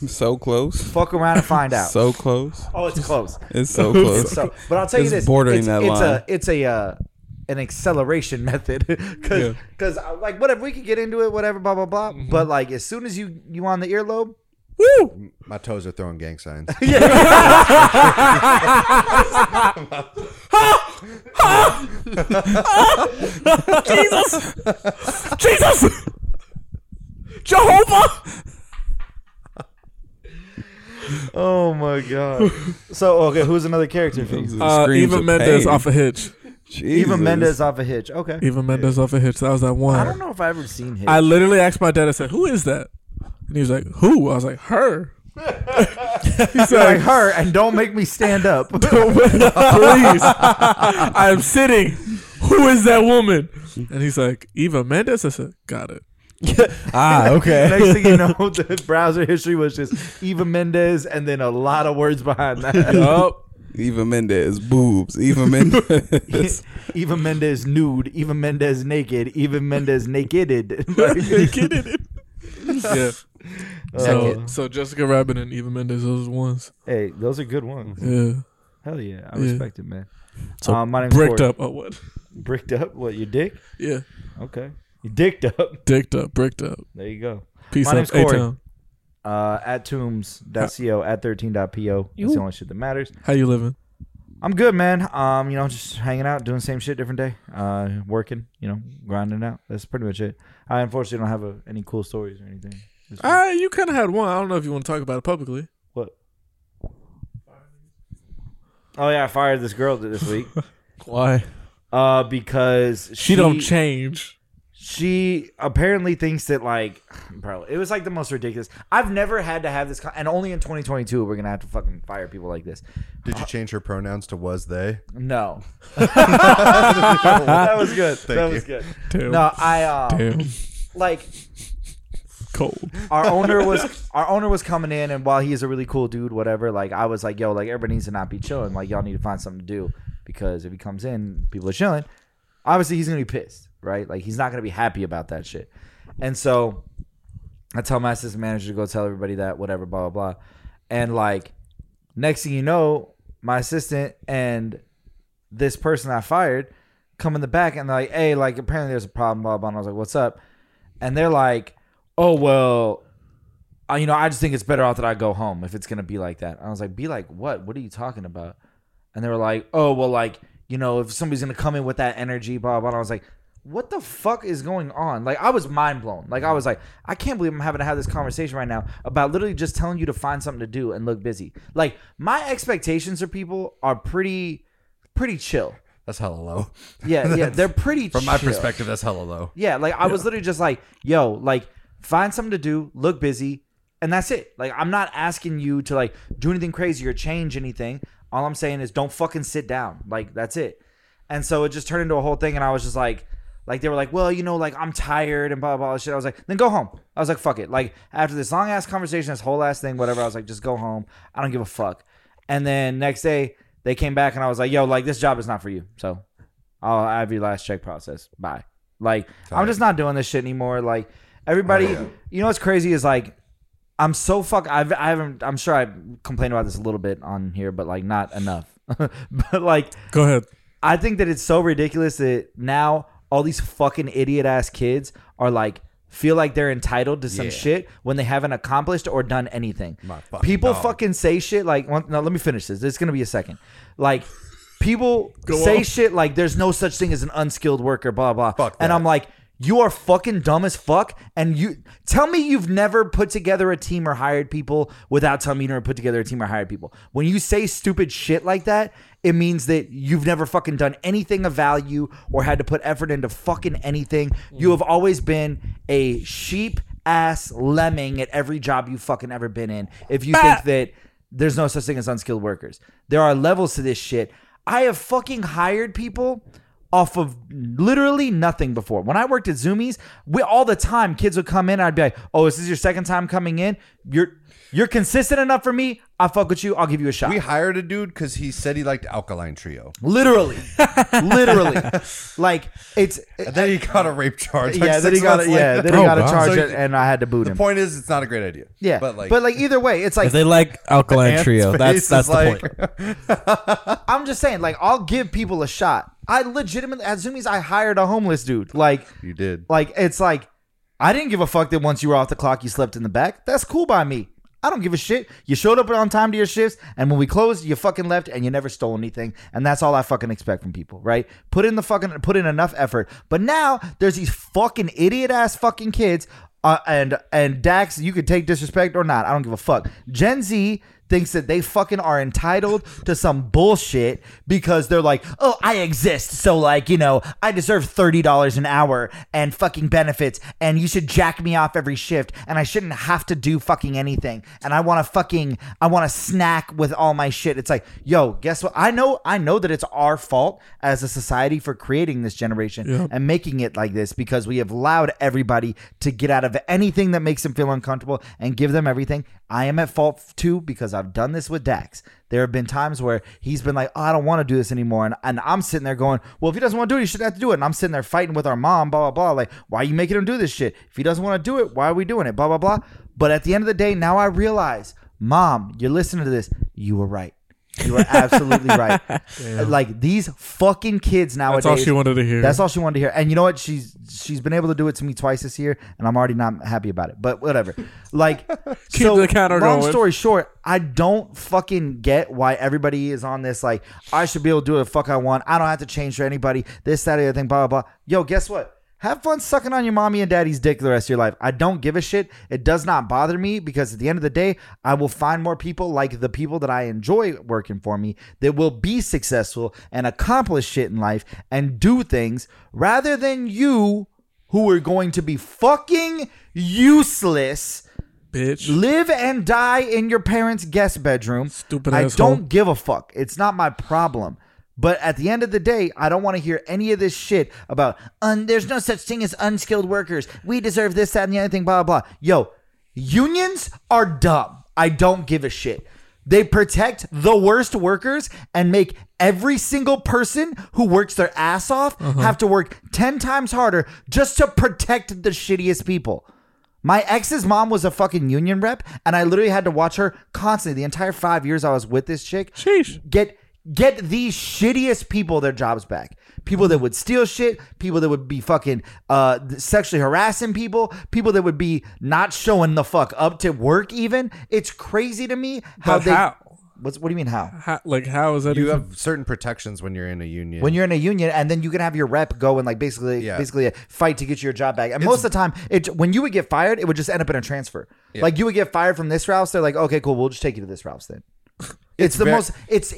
So close. Fuck around and find out. So close. oh, it's close. It's so close. [LAUGHS] So, but I'll tell you It's this: bordering it's, that it's line. a it's a uh, an acceleration [LAUGHS] method because Mm-hmm. because like whatever we could get into it, whatever, blah blah blah. But like as soon as you you on the earlobe, Woo! My toes are throwing gang signs. Jesus! Jesus! [LAUGHS] Jehovah! Oh my god. [LAUGHS] so okay, who's another character? for you? Uh, Screams Eva of Mendes pain. off a hitch. Jesus. Eva Mendes off a hitch. Okay. Eva Mendes off a hitch. That was that one. I don't know if I ever seen him. I literally asked my dad. I said, "Who is that?" And he was like, "Who?" I was like, "Her." He's Like like, her, and don't make me stand [LAUGHS] up. "Please, I'm sitting. Who is that woman?" And he's like, "Eva Mendes." I said, "Got it." [LAUGHS] ah, okay. [LAUGHS] Next thing you know, the browser history was just Eva Mendes, and then a lot of words behind that. Yup. Eva Mendes boobs. Eva [LAUGHS] [LAUGHS] Mendes. Eva Mendes nude, Eva Mendes naked, Eva [LAUGHS] Mendes nakeded. They kidded it. Yeah. So, Uh, Second. so Jessica Rabbit and Eva Mendes, those ones. hey, those are good ones. Yeah. Hell yeah, I Yeah. respect it, man. So, um, my name's Bricked Corey. up. Oh, what? Bricked up. What your dick? Yeah. Okay, you dicked up. Dicked up. Bricked up. There you go. Peace My name's out. A Corey. Town. Uh, at tombs.co at 13.po. That's the only shit that matters. How you living? I'm good, man. Um, you know, just hanging out, doing the same shit, different day. Uh, working, you know, grinding out. That's pretty much it. I unfortunately don't have a, any cool stories or anything. This week. Ah, you kind of had one. I don't know if you want to talk about it publicly. what? Oh yeah, I fired this girl this week. why? uh, because she, She don't change. she apparently thinks that like [SIGHS] bro it was like the most ridiculous i've never had to have this con- and only in 2022 we're gonna have to fucking fire people like this Did you change her pronouns to was they? no that was good that Thank was you. good Damn. no i uh, Damn. like Cold. our owner was our owner was coming in and while he is a really cool dude whatever like i was like yo like everybody needs to not be chilling like y'all need to find something to do because if he comes in people are chilling obviously he's gonna be pissed right like he's not gonna be happy about that shit and so i tell my assistant manager to go tell everybody that whatever blah blah blah and like next thing you know my assistant and this person i fired come in the back and they're like hey like apparently there's a problem blah blah, blah. and i was like what's up and they're like oh well I, you know i just think it's better off that i go home if it's gonna be like that i was like be like what what are you talking about and they were like oh well like you know if somebody's gonna come in with that energy blah blah, blah. And i was like what the fuck is going on like i was mind blown like i was like i can't believe i'm having to have this conversation right now about literally just telling you to find something to do and look busy like my expectations of people are pretty pretty chill That's hella low. yeah yeah they're [LAUGHS] pretty From my chill. perspective, that's hella low. Yeah, like I was literally just like, yo, like find something to do, look busy, and that's it. Like I'm not asking you to like do anything crazy or change anything. All I'm saying is don't fucking sit down. Like that's it. And so it just turned into a whole thing and I was just like like they were like, well, you know, like I'm tired and blah blah blah shit. I was like, then go home. I was like, fuck it. Like after this long ass conversation, this whole ass thing, whatever. I was like, just go home. I don't give a fuck. And then next day they came back and I was like, yo, like this job is not for you. So I'll have your last check process. Bye. Like I'm just not doing this shit anymore. Like everybody, you know what's crazy is like I'm so fuck. I've, I haven't. I'm sure I complained about this a little bit on here, but like not enough. [LAUGHS] but like Go ahead. I think that it's so ridiculous that now all these fucking idiot ass kids are like feel like they're entitled to some shit when they haven't accomplished or done anything. fucking people dog. fucking say shit like one, no, let me finish this. It's gonna be a second. Like people say on. shit like there's no such thing as an unskilled worker, blah blah. Fuck And that. I'm like, you are fucking dumb as fuck. And you tell me you've never put together a team or hired people without telling me you never put together a team or hired people. When you say stupid shit like that, it means that you've never fucking done anything of value or had to put effort into fucking anything. You have always been a sheep ass lemming at every job you fucking ever been in. If you think that there's no such thing as unskilled workers, there are levels to this shit. I have fucking hired people off of literally nothing before. When I worked at Zoomies, we all the time kids would come in. I'd be like, "Oh, is this your second time coming in? You're you're consistent enough for me. I fuck with you. I'll give you a shot." We hired a dude because he said he liked Alkaline Trio. [LAUGHS] literally, literally, like it's And then he got a rape charge. like yeah. Then six he got months a, yeah. later. Then he Oh, got a wow. charge, So and- you- and I had to boot The [LAUGHS] him. point is, it's not a great idea. yeah, but like, either way, it's If like they like Alkaline Ant's [LAUGHS] [LAUGHS] Trio, face that's is that's the like- point. I'm just saying, like I'll give people a shot. I legitimately at Zoomies, I hired a homeless dude, like. [LAUGHS] you did. Like it's like I didn't give a fuck that once you were off the clock you slept in the back. That's cool by me. I don't give a shit. You showed up on time to your shifts, and when we closed, you fucking left, and you never stole anything. And that's all I fucking expect from people, right? Put in the fucking put in enough effort. But now there's these fucking idiot ass fucking kids, uh, and and Dax, you could take disrespect or not. I don't give a fuck. Gen Z thinks that they fucking are entitled to some bullshit because they're like, oh, I exist. So, like, you know, I deserve $30 an hour and fucking benefits, and you should jack me off every shift, and I shouldn't have to do fucking anything. And I want to fucking, I want to snack with all my shit. It's like, yo, guess what? I know, I know that it's our fault as a society for creating this generation Yep. and making it like this because we have allowed everybody to get out of anything that makes them feel uncomfortable and give them everything. I am at fault too because I've done this with Dax. There have been times where he's been like, oh, I don't want to do this anymore. And, and I'm sitting there going, well, if he doesn't want to do it, he shouldn't have to do it. And I'm sitting there fighting with our mom, blah, blah, blah. Like, why are you making him do this shit? If he doesn't want to do it, why are we doing it? Blah, blah, blah. But at the end of the day, now I realize, mom, you're listening to this. You were right. You were absolutely [LAUGHS] right. Like these fucking kids nowadays. That's all she wanted to hear. That's all she wanted to hear. And you know what? She's she's been able to do it to me twice this year, and I'm already not happy about it. But whatever. Like, [LAUGHS] Keep so the counter long going. story short, I don't fucking get why everybody is on this. Like, I should be able to do what the fuck I want. I don't have to change for anybody. This, that, other thing, blah blah blah. Yo, guess what? Have fun sucking on your mommy and daddy's dick the rest of your life. I don't give a shit. It does not bother me because at the end of the day, I will find more people like the people that I enjoy working for me that will be successful and accomplish shit in life and do things rather than you who are going to be fucking useless bitch. live and die in your parents' guest bedroom. Stupid I asshole. don't give a fuck. It's not my problem. But at the end of the day, I don't want to hear any of this shit about un- there's no such thing as unskilled workers. We deserve this, that, and the other thing, blah, blah, blah. Yo, unions are dumb. I don't give a shit. They protect the worst workers and make every single person who works their ass off Uh-huh. have to work 10 times harder just to protect the shittiest people. My ex's mom was a fucking union rep, and I literally had to watch her constantly the entire five years I was with this chick. Sheesh. Get get the shittiest people their jobs back. People that would steal shit, people that would be fucking uh, sexually harassing people, people that would be not showing the fuck up to work. Even it's crazy to me how But they. how? What's what do you mean how? How, like how is that? You even- have certain protections when you're in a union. when you're in a union and then you can have your rep go and like basically Yeah. basically fight to get your job back and most of the time it when you would get fired it would just end up in a transfer like you would get fired from this Ralph's they're like okay cool we'll just take you to this Ralph's then it's, the ve- most it's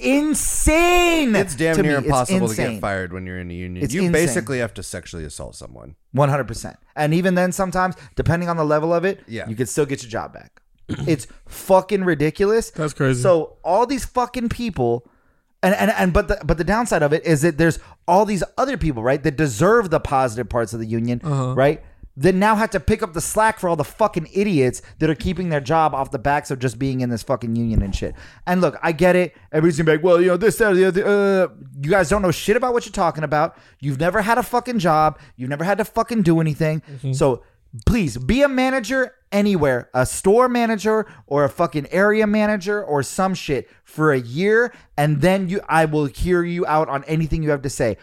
insane it's damn to near me. It's impossible to insane. get fired when you're in a union. It's you insane. basically have to sexually assault someone. 100% and even then sometimes depending on the level of it Yeah. you could still get your job back it's fucking ridiculous That's crazy. So all these fucking people, and and and but the but the downside of it is that there's all these other people, right, that deserve the positive parts of the union, Uh-huh. right? That now have to pick up the slack for all the fucking idiots that are keeping their job off the backs of just being in this fucking union and shit. And look, I get it. Everybody's gonna be like, well, you know, this, that, the other. Uh, you guys don't know shit about what you're talking about. You've never had a fucking job. You've never had to fucking do anything. Mm-hmm. So please be a manager anywhere a store manager or a fucking area manager or some shit for a year and then you i will hear you out on anything you have to say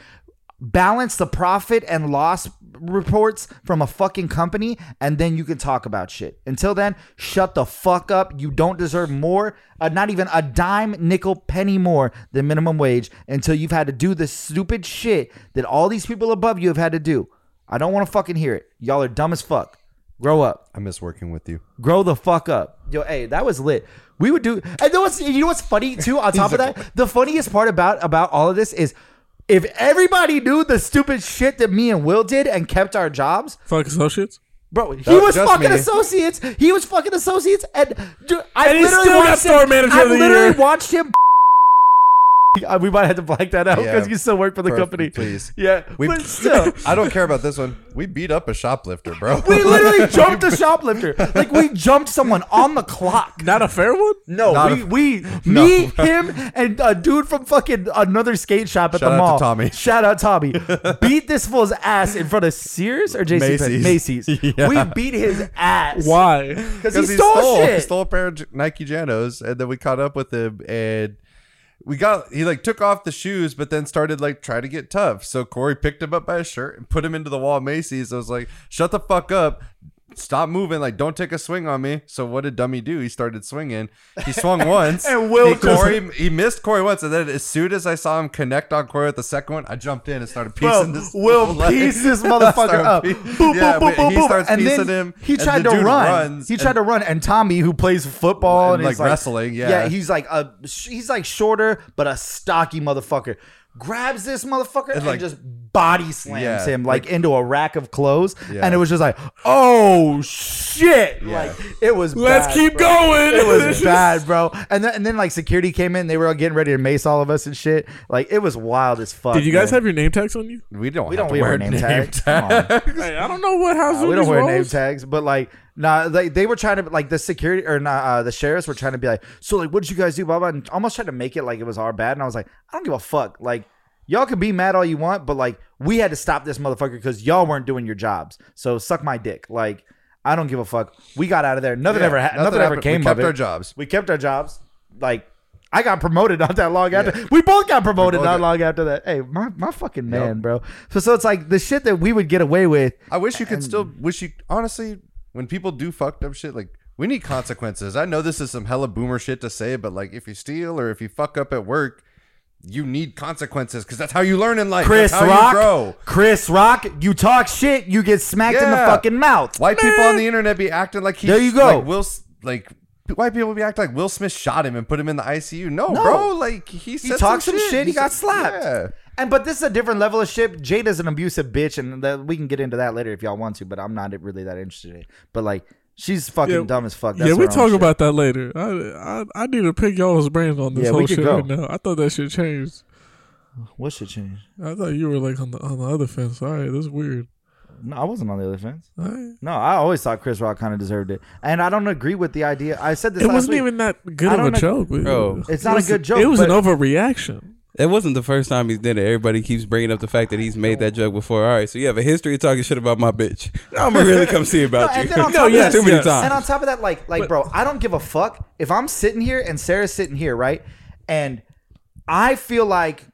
balance the profit and loss reports from a fucking company and then you can talk about shit until then shut the fuck up you don't deserve more uh, not even a dime nickel penny more than minimum wage until you've had to do the stupid shit that all these people above you have had to do I don't want to fucking hear it. Y'all are dumb as fuck. Grow up. I miss working with you. Grow the fuck up. Yo, hey, that was lit. We would do. And know what's you know what's funny too. On top of that, the funniest part about about all of this is if everybody knew the stupid shit that me and Will did and kept our jobs, Fuck associates. bro, he was just fucking me. associates. He was fucking associates, and dude, I And he's literally still not watched store him, manager I of the literally year. watched him. [LAUGHS] We might have to black that out Yeah. because you still work for the Perfect, company. please. Yeah, We- but still. [LAUGHS] I don't care about this one. We beat up a shoplifter, bro. [LAUGHS] We literally jumped a shoplifter. Like we jumped someone on the clock. Not a fair one. No, Not we, a- we [LAUGHS] No. me, him, and a dude from fucking another skate shop at Shout the out to mall. Tommy. Shout out [LAUGHS] Tommy. beat this fool's ass in front of Sears or JC Macy's. Macy's. Macy's. [LAUGHS] Yeah. We beat his ass. Why? [LAUGHS] Because he, stole, he shit. stole a pair of J- Nike Janos, and then we caught up with him, and we got he like took off the shoes, but then started like trying to get tough. So Corey picked him up by his shirt and put him into the wall. Of Macy's. I was like, "Shut the fuck up! stop moving. Like, don't take a swing on me. So what did Dummy do? He started swinging. He [LAUGHS] swung once. And Will he, just- Corey, he missed Corey once. And then as soon as I saw him connect on Corey with the second one, I jumped in and started piecing Bro, this. [LAUGHS] Will leg. piece this I motherfucker started up. pie- Boop, boop, yeah, boop, but boop, he boop. starts and piecing then him. He and tried the to dude run. runs, he tried and- to run, and Tommy, who plays football And, and, like, is wrestling, yeah. yeah, he's like a he's like shorter but a stocky motherfucker. Grabs this motherfucker and, like- just body slams Yeah, him like, into a rack of clothes, Yeah. and it was just like, oh shit! Like it was. Let's bad, keep bro. going. [LAUGHS] It was bad, bro. And then, and then like security came in, they were all getting ready to mace all of us and shit. Like it was wild as fuck. Did you guys man. have your name tags on you? We don't. We have don't to [LAUGHS] wear, [LAUGHS] name, tags. Come on. Hey, I don't know what house Uh, we don't wear name tags, but like, nah, like they were trying to like the security or not, uh, the sheriffs were trying to be like, so like, what did you guys do, blah blah, and almost tried to make it like it was our bad, and I was like, I don't give a fuck, like. Y'all can be mad all you want, but like we had to stop this motherfucker because y'all weren't doing your jobs. So suck my dick. Like I don't give a fuck. We got out of there. Nothing Yeah, ever. Ha- nothing, nothing ever happened. We came kept of it. our jobs. We kept our jobs. Like I got promoted [LAUGHS] not that long after. We both got promoted both not got- long after that. Hey, my, my fucking man, bro. So so it's like the shit that we would get away with. I wish you could still wish you honestly when people do fucked up shit like we need consequences. I know this is some hella boomer shit to say, but like if you steal or if you fuck up at work, you need consequences because that's how you learn in life. Chris that's how Rock. you grow. Chris Rock, you talk shit, you get smacked in the Yeah. fucking mouth. White people on the internet be acting like he. There you go. Like Will S- like white people be acting like Will Smith shot him and put him in the ICU. No, bro, like he He said talked some shit, he got said- slapped. Yeah. And but this is a different level of shit. Jada's an abusive bitch, and that, we can get into that later if y'all want to. But I'm not really that interested in. it. But like, she's fucking Yeah, dumb as fuck. That's Yeah, we her own talk shit. about that later. I, I I need to pick y'all's brains on this Yeah, we whole could shit go. right now. I thought that shit changed. what should change. I thought you were like on the on the other fence. All right, that's weird. No, I wasn't on the other fence. All right. No, I always thought Chris Rock kind of deserved it, and I don't agree with the idea. I said this. It last wasn't week. even that good I of a don't ag- joke. Bro. It's not a good joke, It was an but- overreaction. That wasn't the first time he's did it. Everybody keeps bringing up the fact that he's made that joke before. All right, so you have a history of talking shit about my bitch. I'm gonna really come see about [LAUGHS] No, you. and then on [LAUGHS] no, top of yeah, that- too many yes. times. And on top of that, like, like, bro, I don't give a fuck if I'm sitting here and Sarah's sitting here, right? And I feel like,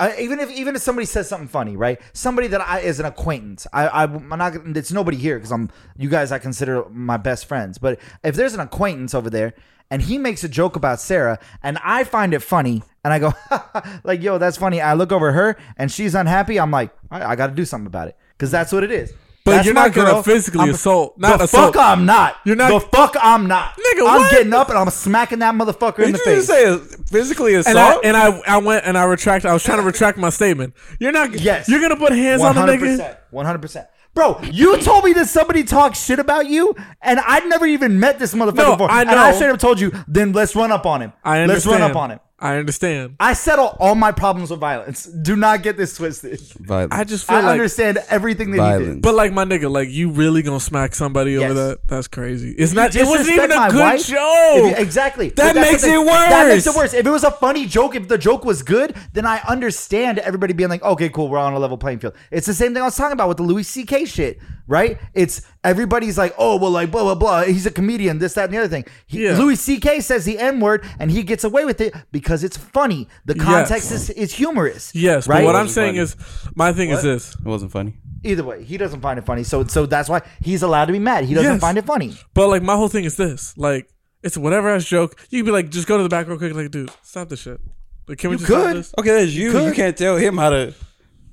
I, even if even if somebody says something funny, right? Somebody that I is an acquaintance. I, I am not. gonna- It's nobody here because I'm you guys. I consider my best friends. But if there's an acquaintance over there and he makes a joke about Sarah and I find it funny and I go [LAUGHS] like, yo, that's funny. I look over her and she's unhappy. I'm like, "All right, I got to do something about it because that's what it is. But That's you're my not gonna girl. physically assault- the not assault. fuck I'm not. You're not- The fuck I'm not. Nigga, I'm what? getting up and I'm smacking that motherfucker in Did the you face. just say a- physically And I, assault? and I I went and I retract. I was trying to retract my statement. You're not. Yes. You're gonna put hands One on a hundred nigga. percent. One hundred percent. Bro, you told me that somebody talked shit about you, and I'd never even met this motherfucker No, before. I And I know. straight up told you, then let's run up on him. I understand. Let's run up on him. I understand. I settle all my problems with violence. Do not get this twisted. I just feel I like understand everything that he did. violence. But like my nigga, like you really gonna smack somebody Yes. over that? That's crazy. It's not. It Disrespect wasn't even my a good wife? If you- joke. exactly. That But that's makes the thing. it That makes it worse. worse. If it was a funny joke, if the joke was good, then I understand everybody being like, okay, cool, we're on a level playing field. It's the same thing I was talking about with the Louis C.K. shit, right? It's everybody's like, oh, well, like, blah, blah, blah. He's a comedian, this, that, and the other thing. He, Yeah. Louis C.K. says the N word and he gets away with it because it's funny. The context is, is humorous. Yes, right? but what It I'm wasn't saying funny. is, my thing is this. it wasn't funny. Either way, he doesn't find it funny. So, so that's why he's allowed to be mad. He doesn't Yes. find it funny. But like my whole thing is this. Like it's a whatever ass joke. You can be like, just go to the back real quick. Like, dude, stop this shit. Like, can we You just stop could. this? Okay, that's you. You could. can't tell him how to.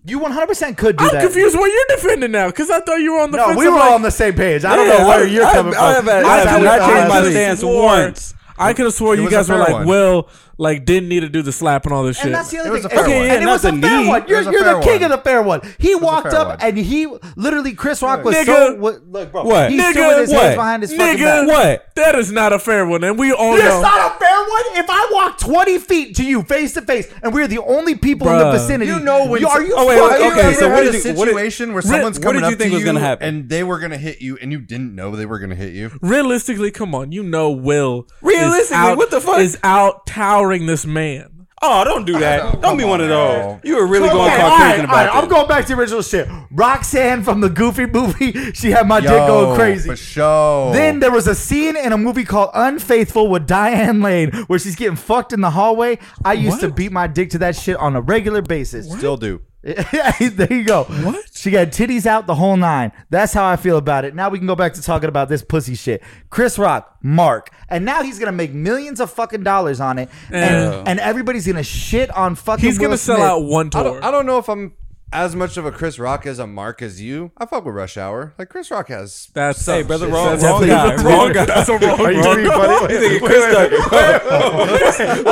You 100% could do I'm that. confused what you're defending now because I thought you were on the No, fence. we of, were like, all on the same page. I don't Yeah, know where I- you're I- coming I from. have a- I I have could I'm not have changing my honestly stance swore- once. I could have swore you was a guys were fair like, one. "Will like didn't need to do the slapping all this shit." And that's the It other was thing. a fair and, one. Okay, yeah, and it not was a the fair knee. one. It You're, was a you're fair the king one. of the fair one. He walked fair up one. and he literally Chris Rock was Nigga. so wa- look, bro. What? He's Nigga, doing his hands what? behind his fucking Nigga, back. What? That is not a fair one, and we all know. It's not a fair one. If I walk 20 feet to you face to face and we're the only people in the Bruh. vicinity, You know when? are you oh, wait, fucking okay, kidding so me? what what did is you- a what did- situation where someone's what coming did you up think to was you gonna happen? and they were gonna hit you and you didn't know they were gonna hit you? realistically, come on, you know, Will is Realistically, out- what the fuck? is out towering this man. Oh, don't do that. don't be come one of on, those. bro. You were really Okay, going all right, Caucasian all right, about I'm this. going back to the original shit. Roxanne from the Goofy movie, [LAUGHS] she had my dick going crazy. For sure. Then there was a scene in a movie called Unfaithful with Diane Lane where she's getting fucked in the hallway. I used to beat my dick to that shit on a regular basis. [LAUGHS] still do. Yeah, there you go. What? She got titties out the whole nine. That's how I feel about it. Now we can go back to talking about this pussy shit. Chris Rock, Mark, and now he's gonna make millions of fucking dollars on it, and, Yeah. and everybody's gonna shit on fucking. He's Will gonna sell Smith. out one I tour. don't, I don't know if I'm as much of a Chris Rock as a Mark as you. I fuck with Rush Hour. Like Chris Rock has. [LAUGHS] That's Hey, brother, shit. wrong, That's wrong guy. definitely- Wrong guy. That's a wrong. Are you doing buddy? You think [LAUGHS] Chris Tucker?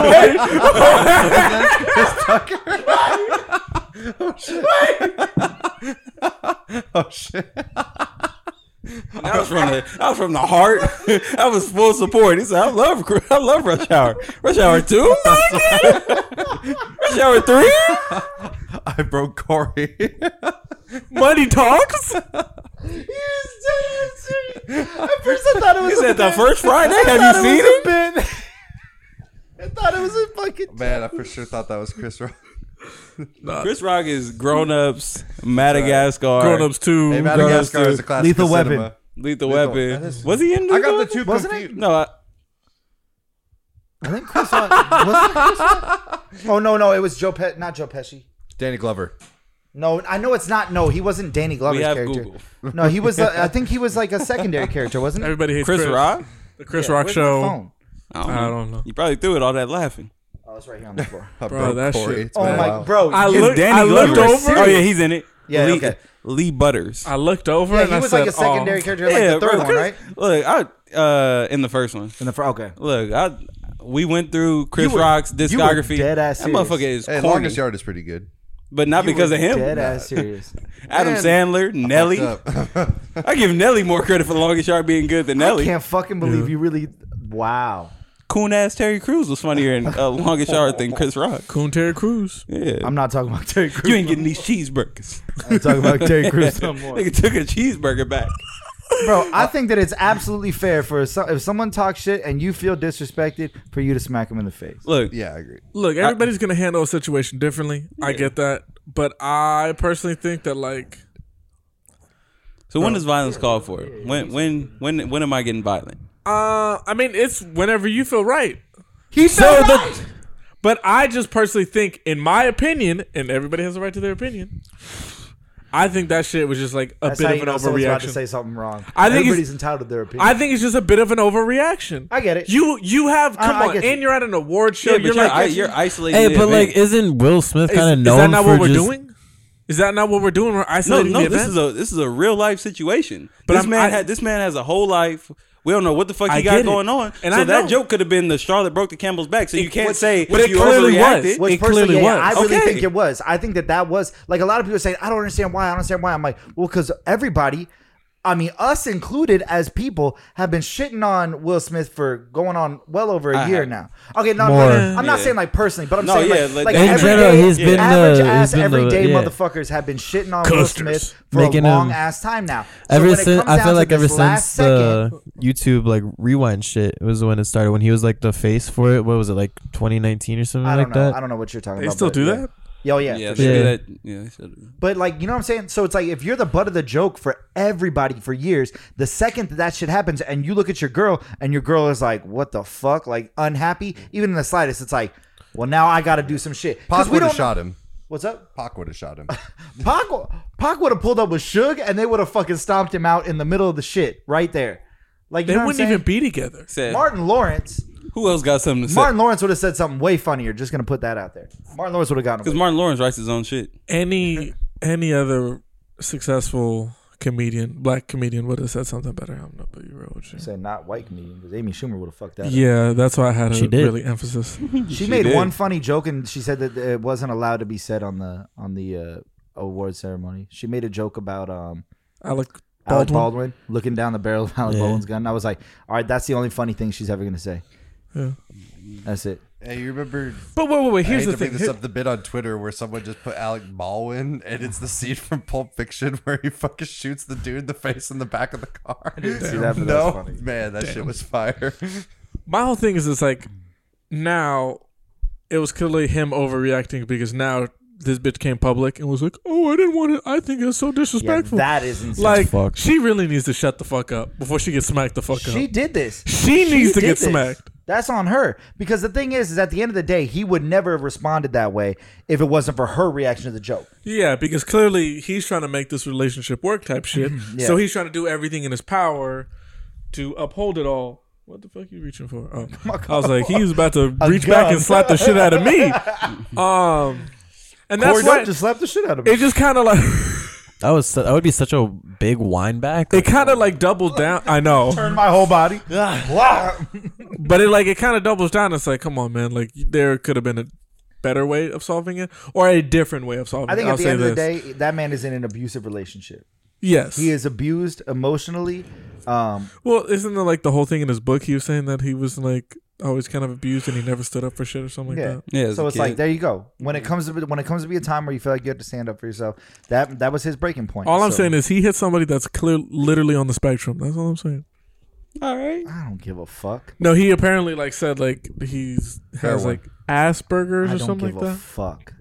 Oh shit! That was from the that was from the heart. [LAUGHS] That was full support. He said, "I love I love Rush Hour. Rush Hour two, My God. [LAUGHS] Rush Hour three. I broke Corey. [LAUGHS] Money [LAUGHS] talks. [LAUGHS] At first [LAUGHS] I thought it was. a He said the bit. first Friday. I Have you thought it seen it? was a bit. I thought it was a fucking. Man, I for sure thought that was Chris Rock. Chris Rock is grown ups, Madagascar, Grown ups too. Hey, Madagascar Ghostbusters, is a classic. Lethal of cinema. Weapon. Lethal Lethal- Weapon. that is- was he in? I got Lethal the Weapon? two Wasn't confused. No, uh, I, I think Chris Rock. wasn't it Chris Rock? Oh no, no, it was Joe Pe- not Joe Pesci. Danny Glover. No, I know it's not. No, he wasn't Danny Glover's we have character. Google. No, he was. A, I think he was like a secondary character, wasn't he? Everybody hates Chris Rock. The Chris Yeah, Rock where's my show. phone? I don't, I know. don't know. You probably threw it all that laughing. Oh, it's right here on the floor. I Bro, broke that Corey. shit- It's oh been a my, while. bro. I you- It's looked. Danny I looked Glover. over. Oh yeah, he's in it. Yeah, Lee, okay. Lee Butters. I looked over yeah, and he I was said, like a secondary "Oh." character, like the third bro, one, Chris- right? Look, I uh in the first one. In the front. Okay. Look, I we went through Chris You were- Rock's you were discography. dead-ass that serious. motherfucker is Hey, corny, longest yard is pretty good. but not because of him. Dead ass serious. Adam Man, Sandler, Nelly. Up. [LAUGHS] I give Nelly more credit for longest yard being good than I Nelly. can't fucking believe you really. Wow. Coon ass Terry Crews was funnier in uh, longest yard than Chris Rock. Coon Terry Crews. Yeah, I'm not talking about Terry Crews. [LAUGHS] you ain't getting these cheeseburgers. I'm talking about Terry [LAUGHS] Crews no more. Nigga took a cheeseburger back. Bro, I think that it's absolutely fair for so- if someone talks shit and you feel disrespected, for you to smack them in the face. Look, Yeah, I agree. Look, everybody's gonna handle a situation differently. I get that, but I personally think that like so when is violence called for? When when when when am I getting violent? Uh, I mean, it's whenever you feel right. He So [LAUGHS] the, but I just personally think, in my opinion, and everybody has a right to their opinion. I think that shit was just like a That's bit how of you an know someone's about to overreaction. say something wrong. I think it's- everybody's entitled to their opinion. I think it's just a bit of an overreaction. I get it. You you have I- come I on, get and you. you're at an award show. Yeah, but you're you're, like, I- you're isolated. Hey, in but like, advance. isn't Will Smith is, kind of is known that not for what we're just- doing? Is that not what we're doing? We're No, isolating no, the this event. is a this is a real life situation. But this I'm- man I- had this man has a whole life. We don't know what the fuck he I got get it. going on. And so I that know. joke could have been the Charlotte broke the camel's back. So you can't say what it you clearly overreacted. was. Which It personally, clearly yeah, was. I really Okay. think it was. I think that that was like a lot of people are saying, I don't understand why. I don't understand why. I'm like, well, because everybody, I mean, us included as people, have been shitting on Will Smith for going on well over a I year have. now. Okay, no, I'm More. not- I'm not Yeah. saying like personally, but I'm No, saying yeah, like, like- like In every general, day- he's been average the- ass he's been the- everyday yeah. motherfuckers have been shitting on Will Custers. Smith for Making a long him- ass time now. So Ever when it since comes I down feel to like ever this last since uh, the YouTube like rewind shit was when it started when he was like the face for it. What was it like 2019 or something I like don't know. that? I don't know what you're talking They about. still but do yeah. that. Yeah, oh, yeah. yeah, for they sure. did that. Yeah, they said- But like, you know what I'm saying? So it's like if you're the butt of the joke for everybody for years, the second that that shit happens and you look at your girl and your girl is like, "What the fuck?" like unhappy, even in the slightest, it's like, "Well, now I got to do some shit." Pac Because we would don't. have shot him. What's up? Pac would have shot him. Pac, Pac would have pulled up with Suge and they would have fucking stomped him out in the middle of the shit right there. Like you They know wouldn't what I'm even saying? be together. said, Martin Lawrence. who else got something to Martin say? Lawrence would have said something way funnier. Just gonna put that out there. Martin Lawrence would have gotten Because away. Martin Lawrence writes his own shit. Any any other successful comedian, black comedian, would have said something better. I'm not, but you're real. Said not white comedian because Amy Schumer would have fucked that. up. Yeah, that's why I had She a did. really emphasis. She, made did. one funny joke and she said that it wasn't allowed to be said on the on the uh, award ceremony. She made a joke about um Alec Alec Baldwin. Baldwin, looking down the barrel of Alec Baldwin's gun. I was like, all right, that's the only funny thing she's ever gonna say. Yeah. That's it. hey, you remember? But wait, wait, wait. Here's Here's the I hate to bring thing. this Here- up. The bit on Twitter where someone just put Alec Baldwin, and it's the scene from Pulp Fiction where he fucking shoots the dude in the face in the back of the car. [LAUGHS] see that, no, but that's funny. man, that shit was fire. my whole thing is, it's like now it was clearly him overreacting because now this bitch came public and was like, "Oh, I didn't want it. I think it's so Yeah, disrespectful." that is insane. like, fucked. she really needs to shut the fuck up before she gets smacked the fuck she up. did this. She needs to did get this. smacked. That's on her. Because the thing is, is at the end of the day, he would never have responded that way if it wasn't for her reaction to the joke. Yeah, because clearly he's trying to make this relationship work [LAUGHS] type shit. So he's trying to do everything in his power to uphold it all. What the fuck you reaching for? [LAUGHS] Oh, I was like, he was about to reach back gun. and [LAUGHS] slap the shit out of me. Um, and that's Corey why Dunn just slapped the shit out of him. it just kind of like [LAUGHS] That was su- that would be such a big wine back. it kind of like doubled down. I know, Turned my whole [LAUGHS] body. but it like it kind of doubles down. It's like, come on, man. Like there could have been a better way of solving it or a different way of solving I think it. I'll at the say end of this. the day, that man is in an abusive relationship. yes, He is abused emotionally. Um, Well, isn't there like the whole thing in his book? He was saying that he was like always kind of abused and he never stood up for shit or something yeah. like that. Yeah, as so a it's like kid. there you go. When it comes to when it comes to be a time where you feel like you have to stand up for yourself, that that was his breaking point. All I'm So, saying is he hit somebody that's clear, literally on the spectrum. That's all I'm saying. All right. I don't give a fuck. No, he apparently like said like he's Fair has one. like Asperger's I or don't something give like a that. fuck.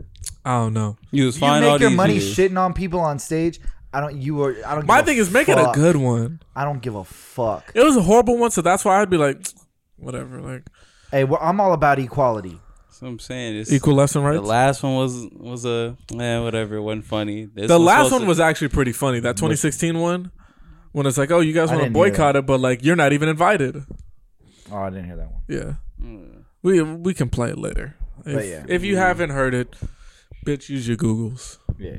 I don't know. You was You fine all make your these money years. shit shitting on people on stage. I don't. You are. I don't. My give thing a is make it a fuck. good one. I don't give a fuck. It was a horrible one, so that's why I'd be like, whatever. Like Hey, well, I'm all about equality. That's what I'm saying. It's, equal lesson The rights. last one was was a eh, whatever. It wasn't funny. This The one's last supposed one to- was actually pretty funny. That 2016 one, when it's like, oh, you guys I want to didn't hear boycott it, but like you're not even invited. Oh, I didn't hear that one. Yeah. We we can play it later. If, But yeah. if you Mm. haven't heard it, bitch, use your Googles. Yeah,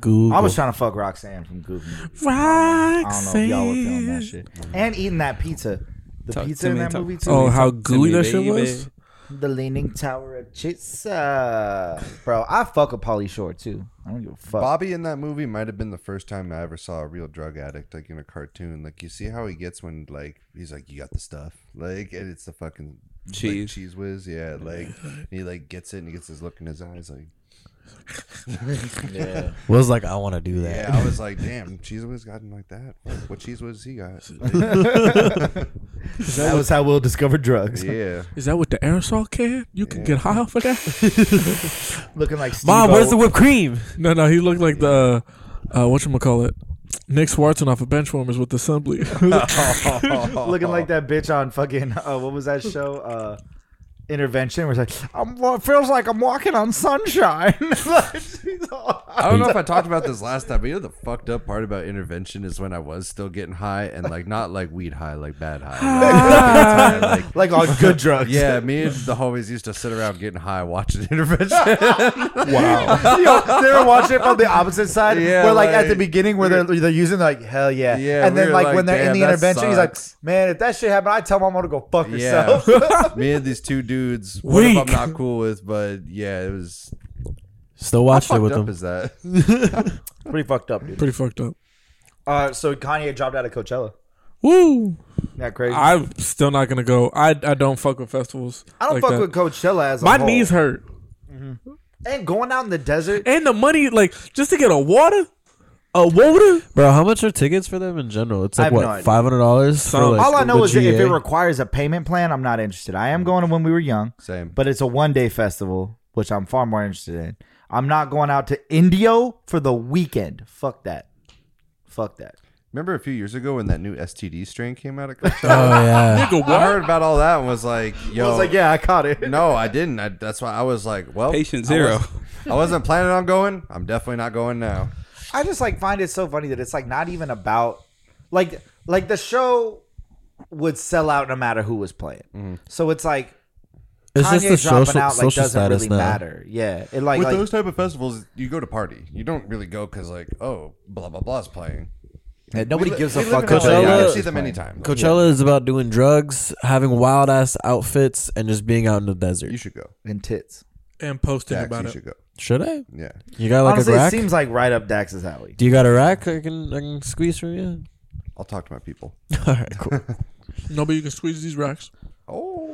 Google. I was trying to fuck Roxanne from Goofy. I don't know if y'all were feeling that shit. And eating that pizza, the Talk pizza to in me, that talk movie to too. Oh, how to gooey me, that shit baby. was. The Leaning Tower of Chisa, bro. I fuck a Polly Shore too. I don't give a fuck. Bobby in that movie might have been the first time I ever saw a real drug addict, like in a cartoon. Like you see how he gets when, like, he's like, "You got the stuff," like, and it's the fucking like, Cheese. cheese whiz, yeah. Like and he like gets it and he gets his look in his eyes, like, was like I want to do that. yeah. I was like, "Damn, cheese whiz gotten like that? What, what cheese whiz he got?" that was how Will discovered drugs. yeah, Is that what the aerosol can? You can get high off of [LAUGHS] that? Looking like Steve Mom, where's the whipped cream? no, no, he looked like the uh whatchamacallit. Nick Swartzen off of Benchwarmers with the [LAUGHS] assembly. looking like that bitch on fucking uh, what was that show? Uh, Intervention. Where it's like, I'm, well, it feels like I'm walking on sunshine. [LAUGHS] Like, she's all- I don't know if I talked about this last time, but you know the fucked up part about intervention is when I was still getting high and like not like weed high, like bad high. Like, like, like on good drugs. yeah, [LAUGHS] me and the homies used to sit around getting high watching [LAUGHS] intervention. Yo, they were watching it from the opposite side. Yeah, where like, at the like, beginning where they're they're using they're like hell yeah, Yeah, and then we were like, when like, they're in "Damn, the that intervention, he's like, sucks." man, if that shit happened, I tell my mom to go fuck Yeah. herself. [LAUGHS] Me and these two dudes, one of 'em Weak. I'm not cool with, but yeah, it was. Still How watched it fucked with up them. is that? Pretty fucked up, dude. Pretty fucked up. Uh, so Kanye dropped out of Coachella. Woo! Isn't that crazy. I, I'm still not gonna go. I I don't fuck with festivals. don't like fuck that. with Coachella as a my whole. knees hurt. and going out in the desert. And the money, like just to get a water, a water. Bro, how much are tickets for them in general? It's I like have no idea. what five hundred dollars. Some- Like, All I know the is that if GA? it requires a payment plan, I'm not interested. I am going to when we were young, Same. but it's a one day festival, which I'm far more interested in. I'm not going out to Indio for the weekend. Fuck that. Fuck that. Remember a few years ago when that new STD strain came out of Coachella? [LAUGHS] Oh yeah. Nigga, I what? heard about all that and was like, yo. yeah, I caught it. No, I didn't. I, that's why I was like, well, Patient I zero. wasn't- I wasn't planning on going. I'm definitely not going now. I just like find it so funny that it's like not even about like like the show would sell out no matter who was playing. So it's like It's Kanye just the dropping social, out like social doesn't status really now. matter. Yeah, it like, With like those type of festivals, you go to party. You don't really go because like, oh, blah blah blah's playing. yeah, nobody gives a We live fuck. in about LA. Coachella- I've that. seen them anytime. Coachella is about doing drugs, having wild ass outfits, and just being out in the desert. You should go. and tits. And posting Dax, about you it. should go. Should I? Yeah. You got like Honestly, a it rack? seems like right up Dax's alley. Do you got a rack I can I can squeeze from you? I'll talk to my people. [LAUGHS] All right, [LAUGHS] cool. No, but you can squeeze these racks. Oh.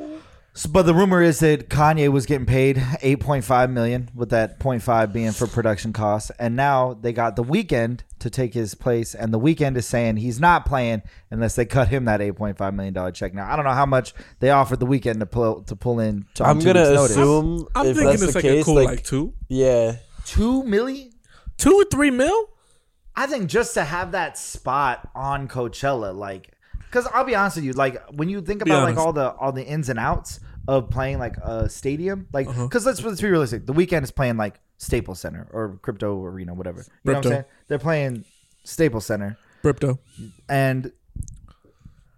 So, but the rumor is that Kanye was getting paid 8.5 million, with that 0.5 being for production costs, and now they got the weekend to take his place, and the weekend is saying he's not playing unless they cut him that 8.5 million dollar check. Now I don't know how much they offered the weekend to pull to pull in. To, on I'm two gonna weeks' notice. assume I'm if thinking that's it's the like case, a cool like, like, two, yeah, two million. two or three mil. I think just to have that spot on Coachella, like, Because I'll be honest with you, like when you think Be about like honest. all the all the ins and outs of playing like a stadium, like because let's let's be realistic, the weekend is playing like Staples Center or Crypto Arena, whatever. You know what I'm Crypto. saying? They're playing Staples Center, Crypto. and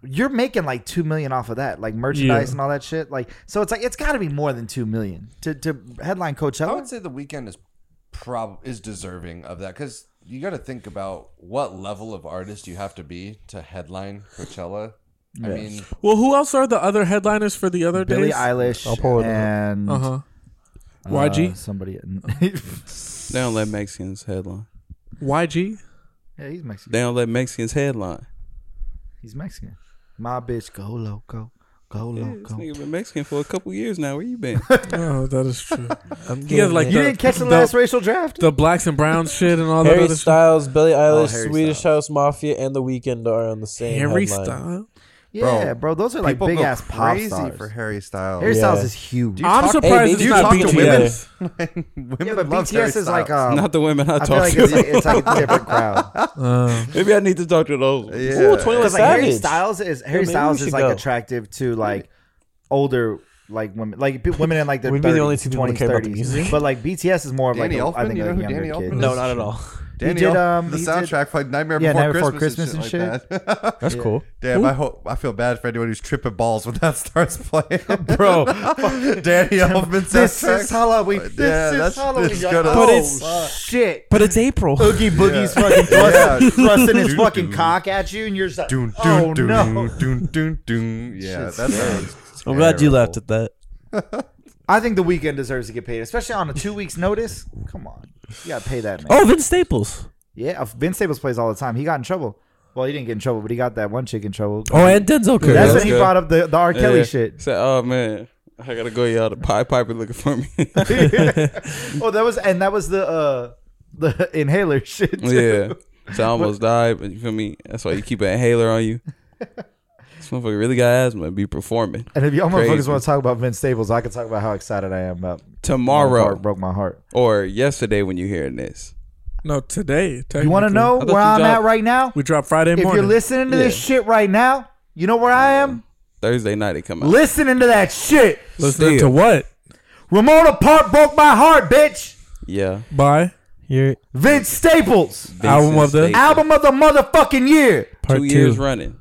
you're making like two million off of that, like merchandise and all that shit. Like, so it's like it's got to be more than two million to to headline I Coachella. would say the weekend is prob is deserving of that because you got to think about what level of artist you have to be to headline Coachella. I mean, Well, who else are the other headliners for the other Billie days? Eilish pull it up. and Uh huh. uh, YG? somebody. They don't let Mexicans headline. YG. yeah, he's Mexican. They don't let Mexicans headline. He's Mexican. My bitch, go loco, go Yeah, this loco. nigga been Mexican for a couple years now. Where you [LAUGHS] been? Oh, that is true. he has like You didn't catch the last racial draft. the blacks and browns shit and all that Harry other stuff. Styles, Billie Eilish, Harry Swedish Styles. House Mafia, and The Weeknd are on the same Harry headline. Styles. yeah, bro, those are like people big go ass pop crazy stars. for Harry Styles. Harry Yeah. Styles is huge. You I'm talk- surprised Hey, it's they not talk to BTS. women. women yeah, but love Harry BTS is like Styles. um, Not the women I, I feel talk like to. it's like, it's like a different crowd. Maybe I need to talk to [LAUGHS] those. Yeah. Ooh, 21 Because like Harry Savage. Styles is Harry maybe we Styles is should like go. attractive to like older like women, like pe- women in like their We'd 30s, be the only two people that 20s, care about the 30s. music. But like BTS is more of like Danny a, I Elfman? think You like know who younger Danny kid. Elfman is? No, not at all. Danny did, Elf- um, the he did- soundtrack like Nightmare Yeah, Before Nightmare Before Christmas, and shit. Christmas Like that. [LAUGHS] That's cool. Damn, I hope I feel bad for anyone who's tripping balls when that [LAUGHS] starts playing, [LAUGHS] [LAUGHS] Bro. Danny Elfman This soundtrack. is Halloween. This Yeah, is that's- Halloween. it's You're gonna- like, But oh, it's- shit. But it's April. [LAUGHS] Oogie Boogie's fucking Yeah. thrust, thrusting his Doo-doo. fucking cock at you, and you're just like, Doon, doon, oh doon, no. doon, doon, [LAUGHS] doon. Yeah, that sounds. I'm glad you terrible. laughed at that. I think the weekend deserves to get paid, especially on a two weeks notice. Come on, you gotta pay that man. Oh, Vince Staples. Yeah, Vince Staples plays all the time. He got in trouble. Well, he didn't get in trouble, but he got that one chick in trouble. Oh, and Denzel Curry. that's when that's he good. brought up the, the R. Kelly Yeah. [LAUGHS] shit. Say, oh man, I gotta go. Y'all, the pie piper looking [LAUGHS] for me. Oh, that was and that was the uh the [LAUGHS] inhaler shit. too. [LAUGHS] yeah. So I almost died, but you feel me? That's why you keep an inhaler on [LAUGHS] you. This motherfucker really got asthma and be performing. And if y'all motherfuckers Crazy. want to talk about Vince Staples, I can talk about how excited I am about Tomorrow broke my heart. or yesterday when you're hearing this. No, today. You want to technically. know thought where you I'm at dropped- right now? We drop Friday If morning. you're listening to this shit right now, you know where I am? Thursday night it come out. Listening to that shit. Listening to Still. what? Ramona Park broke my heart, bitch. Yeah. By You're Vince Staples. Album of the- Vincent State. Album of the motherfucking year. part two two. years running.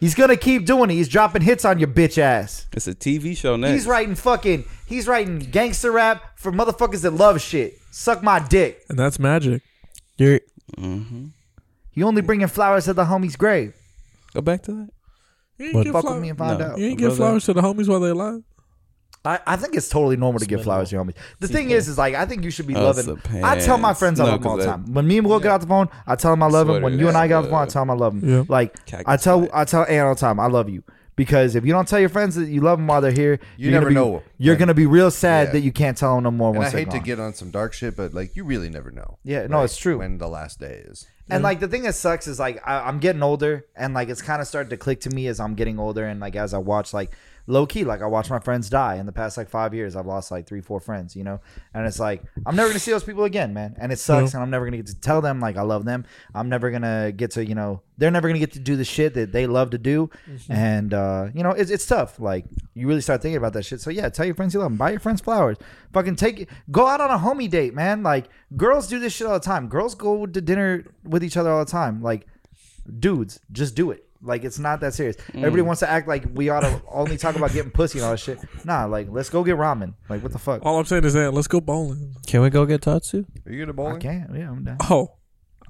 He's gonna keep doing it. He's dropping hits on your bitch ass. It's a TV show next. He's writing fucking he's writing gangster rap for motherfuckers that love shit. Suck my dick. and that's magic. You're You only bringing flowers to the homie's grave. Go back to that. You What? ain't give Fuck flower- with me and find No. out. you ain't give brother. flowers to the homies while they alive. I, I think it's totally normal to give flowers to your homies. The thing is, is like I think you should be Oh, it's loving. the I tell my pants. friends I No, love them all the 'cause I- time. When me and Will get out the phone, I tell them I love them. Sweater When you and I get out the is, phone, I uh, tell them I love them. Yeah. Like Cactus I tell plant. I tell Ann all the time I love you because if you don't tell your friends that you love them while they're here, You you're never gonna be- know. You're And- gonna be real sad Yeah. that you can't tell them no more. And I once they're hate to gone. get on some dark shit, but like you really never know. Yeah, no, like, it's true. When the last day is. And like the thing that sucks is like I, I'm getting older, and like it's kind of starting to click to me as I'm getting older, and like as I watch like low key, like I watch my friends die in the past like five years. I've lost like three, four friends, you know, and it's like I'm never gonna see those people again, man. And it sucks, and I'm never gonna get to tell them like I love them. I'm never gonna get to you know they're never gonna get to do the shit that they love to do, and uh, you know it's it's tough. Like you really start thinking about that shit. So yeah, tell your friends you love them. Buy your friends flowers. Fucking take go out on a homie date, man. Like girls do this shit all the time. Girls go to dinner with each other all the time. Like dudes, just do it. Like it's not that serious. Everybody wants to act like we ought to only talk about getting pussy and all that shit. Nah, like let's go get ramen. Like what the fuck? All I'm saying is that let's go bowling. Can we go get Tatsu? Are you gonna I bowling? can't. Yeah, I'm done. Oh,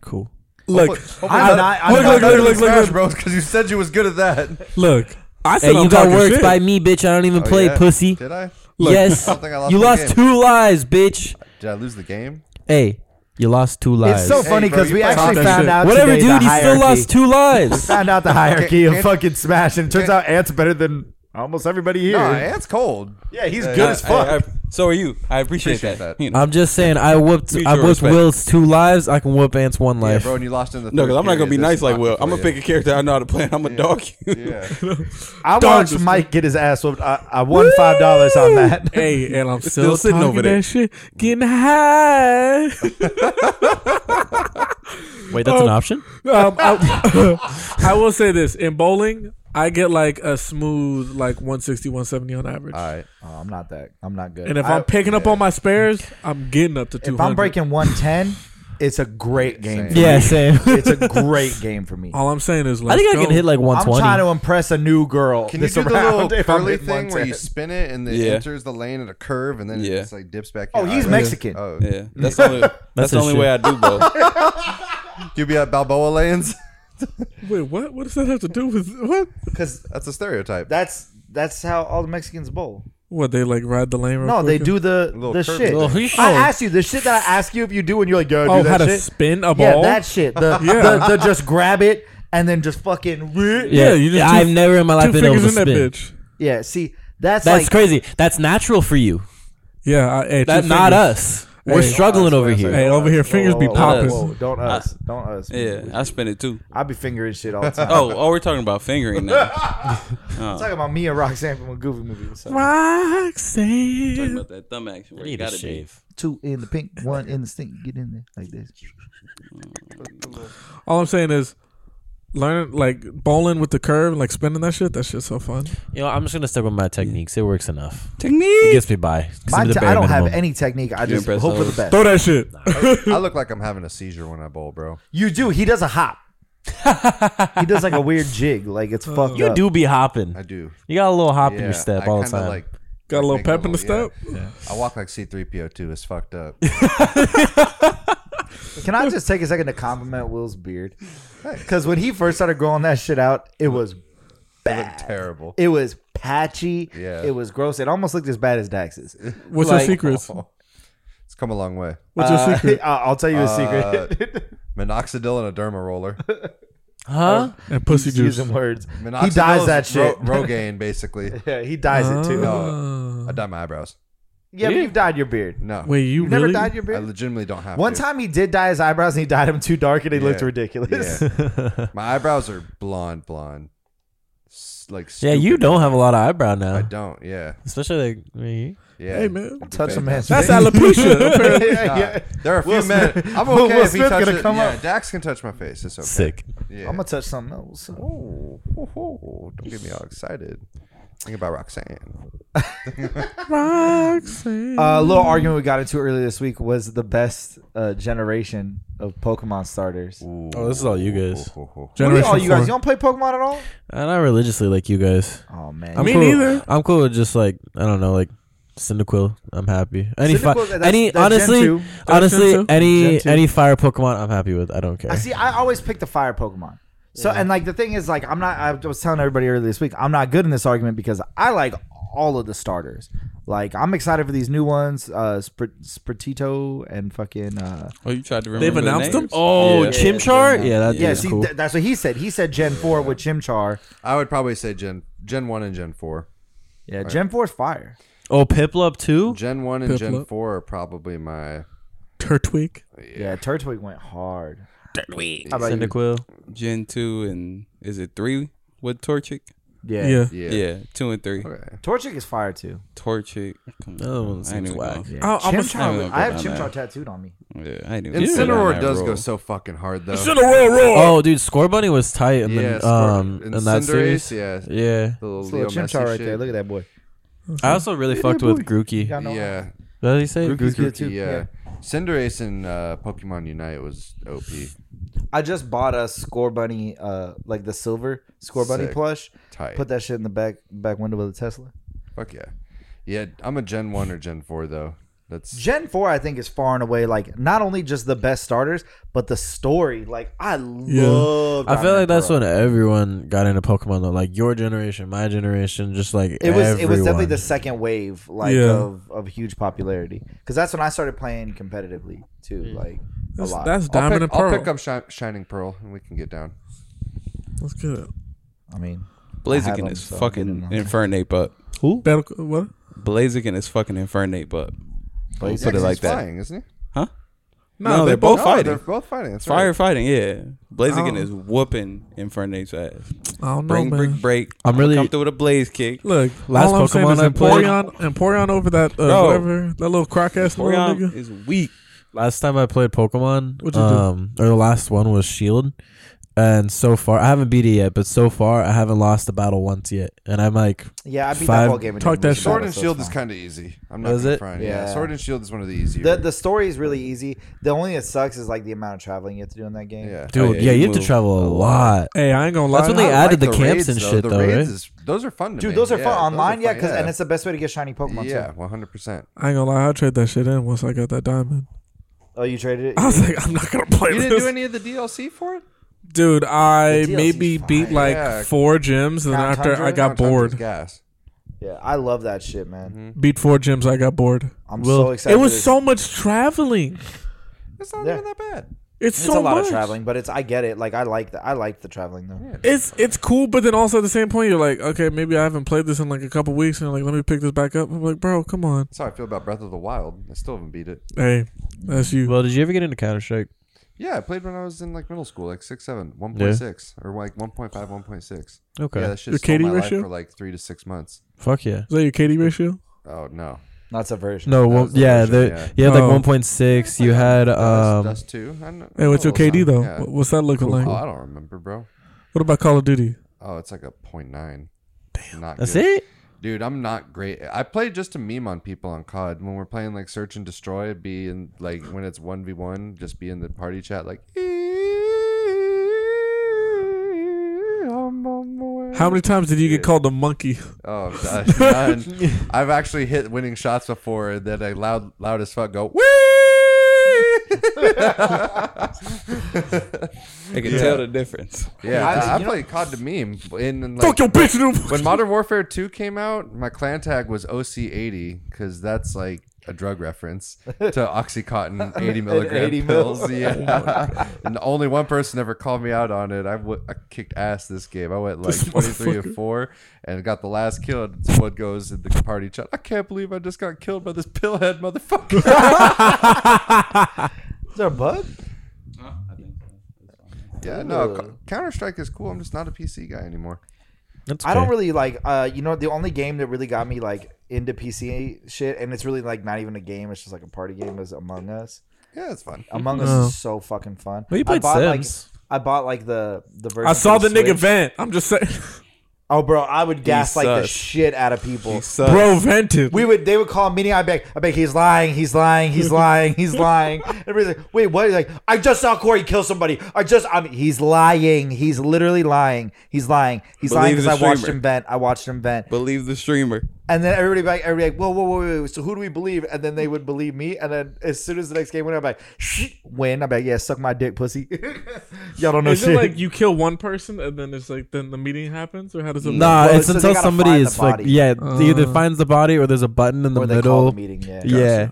Cool. look, Hopefully I'm not- not. I'm look, not- look, look, look, Smash look, look, Bros. Because you said you was good at that. look. I said Hey, I'm you got talking worked shit. by me, bitch. I don't even Oh, play, yeah. pussy. Did I? yes. I think I lost you the lost game. two lives, bitch. Did I lose the game? Hey, you lost two lives. It's so Hey, funny bro, because you we play actually Hawkeye found shit. out Whatever, today dude. the He still hierarchy. lost two lives. [LAUGHS] found out the hierarchy of Can't- fucking Smash, and it turns out Ant's better than almost everybody here. No, it's cold. yeah, he's Yeah, good I- as fuck. I- I- so are you. I appreciate, Appreciate that. that. You know. I'm just saying, I whooped. I Mutual whooped respect. Will's two lives. I can whoop Ant's one Yeah, life. bro, and you lost in the. no, third because I'm not gonna be period. nice That's like Will. I'm fucking gonna pick a character I know how to play. and I'm gonna dog you. Yeah. I watched Mike get his ass whooped. I, I won five dollars on [LAUGHS] that. Hey, and I'm still, still sitting sitting over there. That shit, getting high. Wait, that's an option? Um, I, [LAUGHS] I will say this in bowling, I get like a smooth like 160, 170 on average. All right. Oh, I'm not that. I'm not good. and if I, am picking up on my spares, I'm getting up to 200. if I'm breaking 110, it's a great game. Same. Yeah, same. it's a great game for me. all I'm saying is, I let's think I go. can hit like I'm 120. trying to impress a new girl. Can you this do the round little [LAUGHS] if I'm curly hitting thing where you 110. spin it and then it Yeah. enters the lane at a curve and then it Yeah. just like dips back? Oh, in? he's Alright. Mexican. Oh, [LAUGHS] Yeah, that's the only that's, the his only shit. way I do bowl. you be at Balboa Lanes [LAUGHS] Wait, what? What does that have to do with what? because that's a stereotype. That's that's how all the Mexicans bowl. What they like ride the lane? Real No, they quick? do the Little the curvy shit. thing. Little- I asked you the shit that I ask you if you do, and you're like, yeah, I do Oh, that how to shit. spin a yeah, ball? that shit. The, [LAUGHS] Yeah. the the just grab it and then just fucking Yeah, you just two- I've never in my Two life been able fingers to in that spin. bitch. yeah. See, that's, That's like crazy. That's natural for you. Yeah, I, hey, two That not fingers. us. We're Hey. struggling over here. Hey, over here, fingers be whoa, popping. Whoa, whoa, don't us, don't us. Yeah, I spin it too. I be fingering shit [LAUGHS] all the time. Oh, oh, we're talking about fingering now. talking about me and Roxanne from a goofy movie. What's up? talking Roxanne. about that thumb action. Where I need you to gotta be. shave. Two in the pink, one in the stink. Get in there like this. All I'm saying is, learning like bowling with the curve, like spinning that shit. That shit's so fun. You know, I'm just gonna step on my techniques. It works enough. It Technique. gets me by. My Consider t- the I bare don't have minimum. any technique. I just impress hope for the those. best. Throw that shit. I look like I'm having a seizure when I bowl, bro. You do. He does a hop. he does like a [LAUGHS] weird jig. Like it's fucked Uh, You up. do be hopping. I do. You got a little hop in Yeah, your step I all the kinda, time. like, [LAUGHS] Got a like, little make pep in the little- step. yeah. I walk like C3PO too. It's fucked up. Can I just take a second to compliment Will's beard? Because when he first started growing that shit out, it was Terrible. it was patchy. Yeah. It was gross. It almost looked as bad as Dax's. What's Like- your secrets? It's come a long way. What's your Uh, secret? [LAUGHS] I'll I'll tell you a Uh, [LAUGHS] secret. Minoxidil and a derma roller. huh? And pussy He's juice. using words. Minoxidil he dyes is that shit. Ro- Rogaine, basically. [LAUGHS] yeah, he dyes it too. No. Uh, I dyed my eyebrows. Yeah, but you've dyed your beard. No. Wait, you, You never really? dyed your I beard. legitimately don't have One to. time he did dye his eyebrows and he dyed them too dark and they Yeah. looked ridiculous. [LAUGHS] Yeah. my eyebrows are blonde, blonde. S- like Yeah, you stupid. don't have a lot of eyebrow now, I don't. Yeah. especially like me. Yeah. Hey [LAUGHS] man, Touch a man's that's face. alopecia. apparently. [LAUGHS] [LAUGHS] Yeah, Nah, yeah. There are a few Will men. Smith- I'm [LAUGHS] Will- okay Will if he Smith touches. gonna come yeah, up. Dax can touch my face. It's okay. Sick. Yeah. I'm gonna touch something else. oh, oh, oh, don't get me all excited. Think about Roxanne. Roxanne. Uh, A little argument we got into earlier this week was the best uh, generation of Pokemon starters. Oh, this is all you guys. Oh, oh, oh. What are Generation all you guys? You four. don't play Pokemon at all? I'm Uh, not religiously like you guys. Oh man, I'm Me cool. neither. I'm cool with just like I don't know, like Cyndaquil. I'm happy. Any fi- Cyndaquil, that's- any that's Gen two. honestly, That's honestly, Gen two. any Gen two. any fire Pokemon, I'm happy with. I don't care. I see. I always pick the fire Pokemon. So and like the thing is like I'm not. I was telling everybody earlier this week. I'm not good in this argument because I like all of the starters. Like I'm excited for these new ones, uh, Spr- Spritito and fucking. Uh, Oh, you tried to remember. They've the announced them? names? Oh, Yeah. Chimchar. Yeah, that yeah, dude's see, cool. th- that's what he said. He said Gen Four with Chimchar. I would probably say Gen Gen one and Gen four. Yeah, Gen Four is fire. oh, Piplup too. Gen one and Gen Piplup. four are probably my. Turtwig. Yeah, Turtwig went hard. How about you? Cyndaquil. Gen two and is it three with Torchic? Yeah. Yeah. Yeah. Yeah, two and three. Okay. Torchic is fire too. Torchic. Come That one I ain't seems even whack. gonna- I, I'm a I ain't Chimchar, gonna I go have down Chimchar that. tattooed on me. Yeah, I ain't even. go down Incineroar that does road. go so fucking hard though. Cinnarol roll. Oh, dude, Score Bunny was tight in Yeah, the um Scorp- in and that Cinderace, series. yeah. Yeah, The little It's a little Leo Messi Chimchar right shit. there. Look at that boy. I also really fucked with Grookey. Got no Yeah, What did he say? Grookey's Grookey. good too. yeah. Cinderace and uh, Pokemon Unite was OP. I just bought a Score Bunny, uh, like the silver Score Bunny Sick. plush. Tight. Put that shit in the back back window of the Tesla. Fuck yeah. Yeah, I'm a Gen 1 or Gen 4 though. That's Gen Four, I think, is far and away like not only just the best starters, but the story. Like I love. I feel like that's when everyone got into Pokemon, though. like your generation, my generation, just like it was. It was definitely everyone. the second wave, like Yeah. of, of huge popularity, because that's when I started playing competitively too. Mm. Like a That's, lot. that's I'll diamond and pick, I'll pearl. pick up Shi- Shining Pearl and we can get down. Let's get it. I mean, have Blaziken them, is so I'm fucking getting Infernape up. Who? Battle, what? Blaziken is fucking Infernape up. We'll Yeah, put it 'cause like he's that. flying, isn't he? No, Oh, they're both No, fighting. They're both fighting. That's right. Firefighting, yeah. Blaziken Oh. is whooping Infernape's ass. I don't know, Bring, man. break, break. I'm I'ma really- come through with a blaze kick. Look, Last all I'm saying Pokemon is I played- Emporion, Emporion over that uh, Bro. whatever that little croc ass little Porygon nigga. is weak. Last time I played Pokemon, What'd you do? um, or the last one was Shield, E and so far I haven't beat it yet. But so far I haven't lost a battle once yet, and I'm like, Yeah, I beat Five- that whole game. and talk didn't lose that a shit. Sword battle, and so Shield it's is fine. kind of easy. I'm not Was gonna it? front. Yeah. Yeah. Sword and Shield is one of the easier. The, the story is really easy. The only thing that sucks is like the amount of traveling you have to do in that game. yeah. dude, yeah, yeah, you you, have to move travel a lot. Hey, I ain't gonna lie. That's what they I added the, camps raids, and though. shit The though, raids right? is- those are fun to Dude, me. those are fun Yeah, those online, yeah, fun, because and it's the best way to get shiny Pokemon. yeah, Too. one hundred percent. I ain't gonna lie. I trade that shit in once I got that diamond. Oh, you traded it. I [LAUGHS] was like, I'm not gonna play You this, didn't [LAUGHS] do any of the DLC for it. dude. I The DLC maybe fire. beat like Yeah. four gyms, and then Mount after Tundra? I got Mount Hunter's bored. Gas. Yeah, I love that shit, man. Beat four gyms, I got bored. I'm Well, so It excited. for was this. so much traveling. It's not Yeah. even that bad. It's, It's so a lot much. of traveling, but it's I get it. Like I like that. I like the traveling though. It's it's cool, but then also at the same point, you're like, okay, maybe I haven't played this in like a couple weeks, and like, let me pick this back up. I'm like, bro, come on. That's how I feel about Breath of the Wild. I still haven't beat it. Hey, that's you. Well, did you ever get into Counter Strike? Yeah, I played when I was in like middle school, like six, seven, 1.6, or like 1.5, 1.6. Okay, Yeah, that shit Your stole KD my ratio? life for like three to six months. fuck yeah. Is that your KD ratio? Oh no, That's a version. No, That one, was the yeah, version, the, yeah. you had Oh. like 1.6. You had that's, um, that's two. I kn- I Hey, what's know your KD those though? sound- Oh, yeah. What- What's that looking like? Oh, I don't remember, bro. What about Call of Duty? Oh, it's like a point nine. Damn, not that's good. it. dude. I'm not great. I play just to meme on people on COD when we're playing like search and destroy. it'd Be in like when it's one v one, just be in the party chat like. I'm on my way. How many times did you get called a monkey? Oh, gosh, none. I've actually hit winning shots before that I loud, loud as fuck go, wee! I can tell the difference. Yeah, I- I, I you know- played COD to meme. And, and Fuck like, your bitch, dude. when Modern Warfare 2 came out, my clan tag was OC80 because that's like a drug [LAUGHS] reference to Oxycontin 80 milligram 80 mil. Oh pills. [LAUGHS] Yeah. and only one person ever called me out on it. I wa- I kicked ass this game. I went like 23 or 4 and got the last kill. And someone goes in the party chat, I can't believe I just got killed by this pillhead motherfucker. [LAUGHS] [LAUGHS] Is there a bug? yeah, no, Counter Strike is cool. I'm just not a PC guy anymore. That's I don't okay. really like. Uh, you know, the only game that really got me like into PC shit, and it's really like not even a game. It's just like a party game. Is Among Us. Yeah, it's fun. Among Oh. Us is so fucking fun. Well, I you played bought, like- Sims. I bought like the the version. I for saw the nigga Switch. vent. I'm just saying, Oh, bro, I would gas like the sus. shit out of people. bro, vented. We would. They would call a meeting. I beg. I beg. He's lying. He's lying. [LAUGHS] He's lying. He's lying. Everybody's like, wait, what? He's like, I just saw Corey kill somebody. I just. I mean, he's lying. He's literally lying. He's lying. He's lying Believe because the I watched streamer. him vent. I watched him vent. Believe the streamer. And then everybody back, everybody like, whoa, whoa, whoa, whoa, whoa, so who do we believe? And then they would believe me. And then as soon as the next game went, I'm like, Shh, win. I'm like, yeah, suck my dick, pussy. [LAUGHS] Y'all don't know Is it shit. like you kill one person and then it's like then the meeting happens, or how does it? work? Nah, Well, it's so they until gotta somebody find the is like, body. yeah, Uh. either finds the body or there's a button in the or they call middle. a meeting. Yeah. yeah,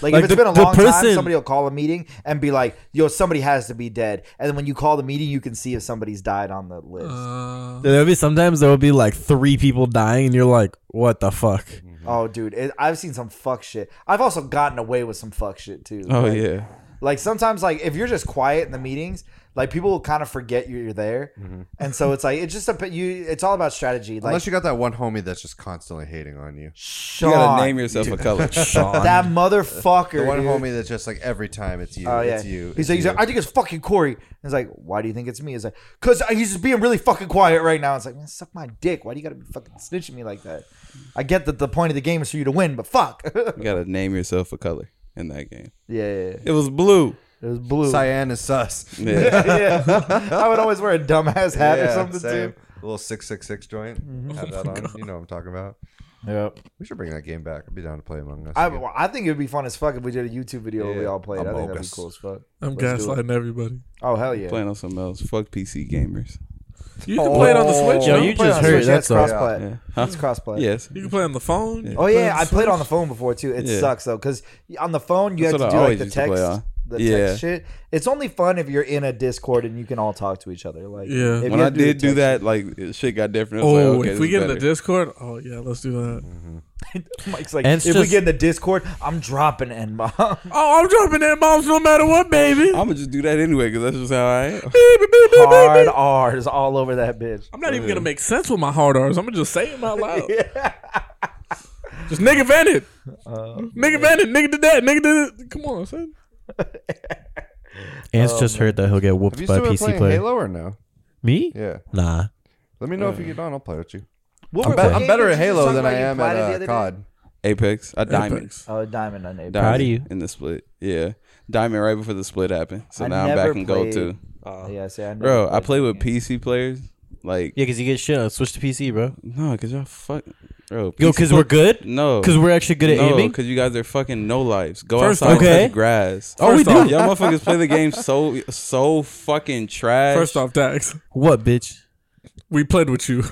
Like, Like, if it's the- been a the long person- time, somebody will call a meeting and be like, yo, somebody has to be dead. And then when you call the meeting, you can see if somebody's died on the list. Uh, there'll be sometimes there'll be like three people dying, and you're like, what the fuck? oh, dude. It, I've seen some fuck shit. I've also gotten away with some fuck shit, too. Oh Like, yeah. Like sometimes, like if you're just quiet in the meetings, like people will kind of forget you- you're there, Mm-hmm. and so it's like it's just a you. It's all about strategy. Like Unless you got that one homie that's just constantly hating on you. Sean, You gotta name yourself [LAUGHS] a color. that motherfucker. The one dude. homie that's just like every time it's you, Oh yeah, it's you. he's it's like, he's you. like, I think it's fucking Corey. And it's like, why do you think it's me? It's like, cause he's just being really fucking quiet right now. It's like, man, suck my dick. Why do you gotta be fucking snitching me like that? I get that the point of the game is for you to win, but fuck. [LAUGHS] yeah, You gotta name yourself a color in that game. yeah, yeah. It was blue. it was blue. Cyan is [LAUGHS] sus. [LAUGHS] Yeah. yeah, [LAUGHS] I would always wear a dumbass hat or Yeah, something same. too. A little six six six joint. Have that on. You know what I'm talking about. Yep. We should bring that game back. I'd be down to play Among Us. I, again. well, I think it'd be fun as fuck if we did a YouTube video where we Yeah, all played. I think that'd be Amogus. cool as fuck. I'm Let's do it. gaslighting everybody. Oh hell yeah! [LAUGHS] Playing on something else. Fuck PC gamers. You can play it on the Oh. Switch. Yo, though. you Play just on Switch, heard yeah, it's that's all. crossplay. Yeah. [LAUGHS] Huh? It's crossplay. Yes. You can play on the phone. you can Oh play yeah, the I played on the Switch. phone before too. It Yeah. sucks though because on the phone you That's have to what I do like always the used to play text, on. the Yeah. text shit. It's only fun if you're in a Discord and you can all talk to each other. Like Yeah. if you When I have to did the do text that, like it- shit got different. I was Oh, like, okay, if we this get is in the better. Discord, oh yeah, let's do that. shit, [LAUGHS] Mike's like, And it's if we just- get in the Discord, I'm dropping [LAUGHS] N [LAUGHS] bomb. Oh, I'm dropping that bombs no matter what, baby. I'm gonna just do that anyway because that's just how I am. Beep, beep, beep, beep, beep, Hard beep. R's all over that bitch. I'm not even gonna make sense with my hard R's. I'm gonna just say them out loud. Just nigga vented. nigga vented. Nigga did that. Nigga did it. Come on, son. Ants just heard that he'll get whooped Have you by a still been PC playing player. Halo or no? Me? Yeah. Nah. Let me know if you get on. I'll play with you. What I'm were- bet- what I'm I'm game better did at you just Halo talk than about I you am at platted the uh, other day? COD. Apex, a diamond, Apex. Oh, diamond on Apex. Proud of you. in the split. Yeah, diamond right before the split happened. So I now I'm never back in gold played- too. Yeah, see, I never Bro, I play that with game. PC players. Like, Yeah, because you get shit on switch to PC, bro. no, because y'all fuck. Bro, Yo, PC because we're good. [LAUGHS] No. Because we're actually good at no, aiming. because you guys are fucking no lives. Go First outside off- and Okay. touch grass. Oh, we First off- do. Y'all motherfuckers play the game so so [LAUGHS] fucking trash. First off, Dax, What, bitch? we played with you.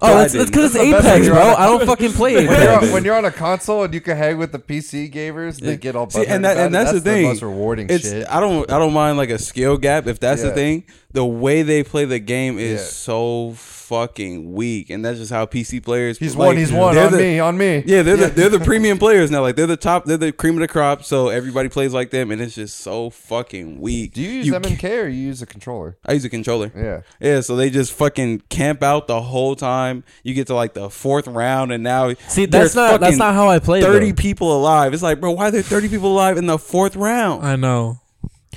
Oh, that's didn't. because it's the best Apex, thing bro. you're I don't fucking play When Apex. you're, when you're on a console and you can hang with the PC gamers, they get all [LAUGHS] See, butthurt and that about and it. that's, the thing. most rewarding it's, shit. I don't I don't mind like a skill gap if that's the Yeah. thing. The way they play the game is Yeah. so fucking weak, and that's just how PC players. He's like, one. He's one they're on the- me. On me. Yeah, they're the they're [LAUGHS] the premium players now. Like they're the top, they're the cream of the crop. So everybody plays like them, and it's just so fucking weak. Do you use can't- MNK or you use a controller? I use a controller. Yeah. Yeah, so they just fucking camp out the whole time. You get to like the fourth round, and now See, that's there's not that's fucking not how I play. thirty Thirty. people alive. It's like, bro, why are there thirty people alive in the fourth round? I know.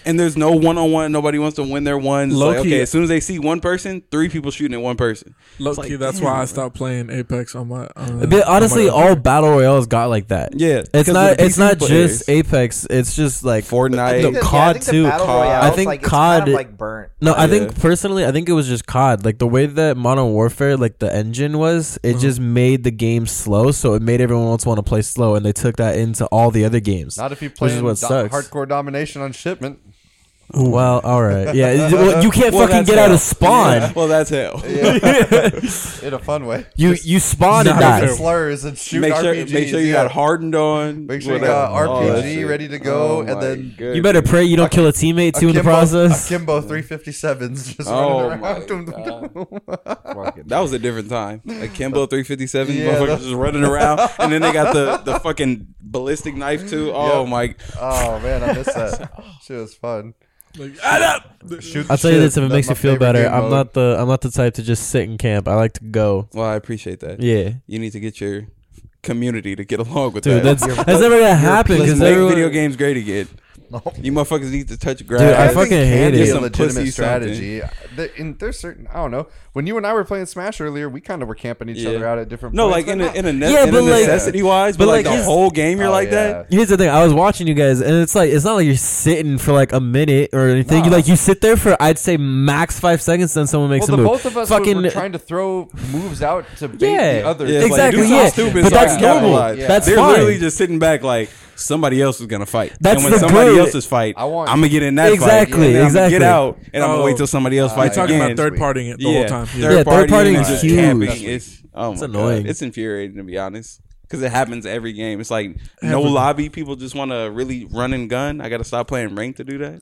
And there's no one on one. Nobody wants to win their ones. It's Low Like, key- okay, as soon as they see one person, three people shooting at one person. Low It's like, key, that's damn, why I bro. stopped playing Apex on my. Uh, But honestly, on my- all battle royales got like that. Yeah, It's because of not. the It's PC not players. just Apex. It's just like Fortnite. the I think COD too. Battle COD. Royale, I it's think like, COD It's kind of like burnt. No, I Yeah. think personally, I think it was just COD. Like the way that Modern Warfare, like the engine was, Mm-hmm. it just made the game slow, so it made everyone else want to play slow, and they took that into all the other games. Not if you play Which is what sucks. hardcore domination on shipment. well, all right, yeah. [LAUGHS] it- well, you can't Well, fucking that's get out hell. of spawn. Yeah, Well, that's hell. in a fun way. You you spawn Not and die. fair. Slurs and shoot Make sure, RPGs. make sure you yeah. got hardened on. Make sure you whatever. got All that RPG shit. ready to go, Oh and my then- goodness. You better pray you don't kill a teammate too in Akimbo- the process. Akimbo 357s just Oh running my around. [LAUGHS] That was a different time. A Kimbo [LAUGHS] 357 Yeah, motherfuckers that's- just running around. And then they got the, the fucking ballistic knife too. Oh Yep. my. oh man, I missed [LAUGHS] that. Shit was fun. Like, ah, add up. Shoot I'll the tell you shit. this if it That's makes my you feel favorite better. game I'm mode. not the I'm not the type to just sit in camp. I like to go. Well, I appreciate that. Yeah. You need to get your community to get along with Dude, that. that's that's never gonna happen Let's because make everyone. video games [LAUGHS] great again. You mototfuckers need to touch grass. I think fucking hate can it. be a Some legitimate pussy strategy. The- and there's certain I don't know. When you and I were playing Smash earlier, we kind of were camping each Yeah. other out at different. no, points, like in but a, in a, ne- Yeah, in a but like- necessity wise, but, but like, like the it's- whole game you're Oh, like yeah. that. Here's the thing. I was watching you guys, and it's like it's not like you're sitting for like a minute or anything. You like you sit there for I'd say max five seconds, then someone makes well, the a move. both of us fucking were trying to throw moves out to bait yeah, the other. Yeah, it's like, exactly. do something yeah, stupid but so I that's can normal. capitalize. Yeah. That's They're fine. literally just sitting back like somebody else is gonna fight. That's and when the somebody good- else's fight, I want- I'm gonna get in that Exactly, fight. and then I'ma exactly. Get out, and I'm gonna Oh, wait till somebody Uh, else We're fights talking again. about third partying it the whole time. Yeah, Yeah, third partying partying and is just huge. camping. It's oh my annoying. god, it's infuriating to be honest. Because it happens every game. It's like no Every- lobby. People just want to really run and gun. I got to stop playing ranked to do that.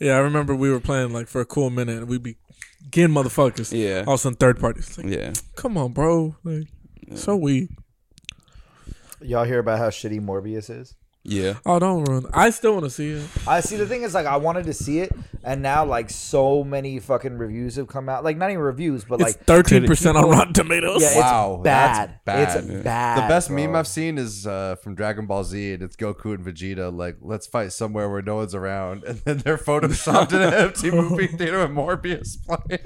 Yeah, I remember we were playing like for a cool minute, and we'd be getting motherfuckers. Yeah. all of a sudden third parties. Like, Yeah. come on, bro. Like, so we. Y'all hear about how shitty Morbius is? Yeah. Oh, don't ruin. it. I still want to see it. I see. The thing is, like, I wanted to see it, and now like so many fucking reviews have come out. Like, not even reviews, but It's like thirteen percent on Rotten Tomatoes. yeah, it's Wow, that's bad. bad. It's bad. The best meme bro. I've seen is uh, from Dragon Ball Z, and it's Goku and Vegeta like, "Let's fight somewhere where no one's around," [LAUGHS] and then they're photoshopped in an empty movie theater with Morbius playing.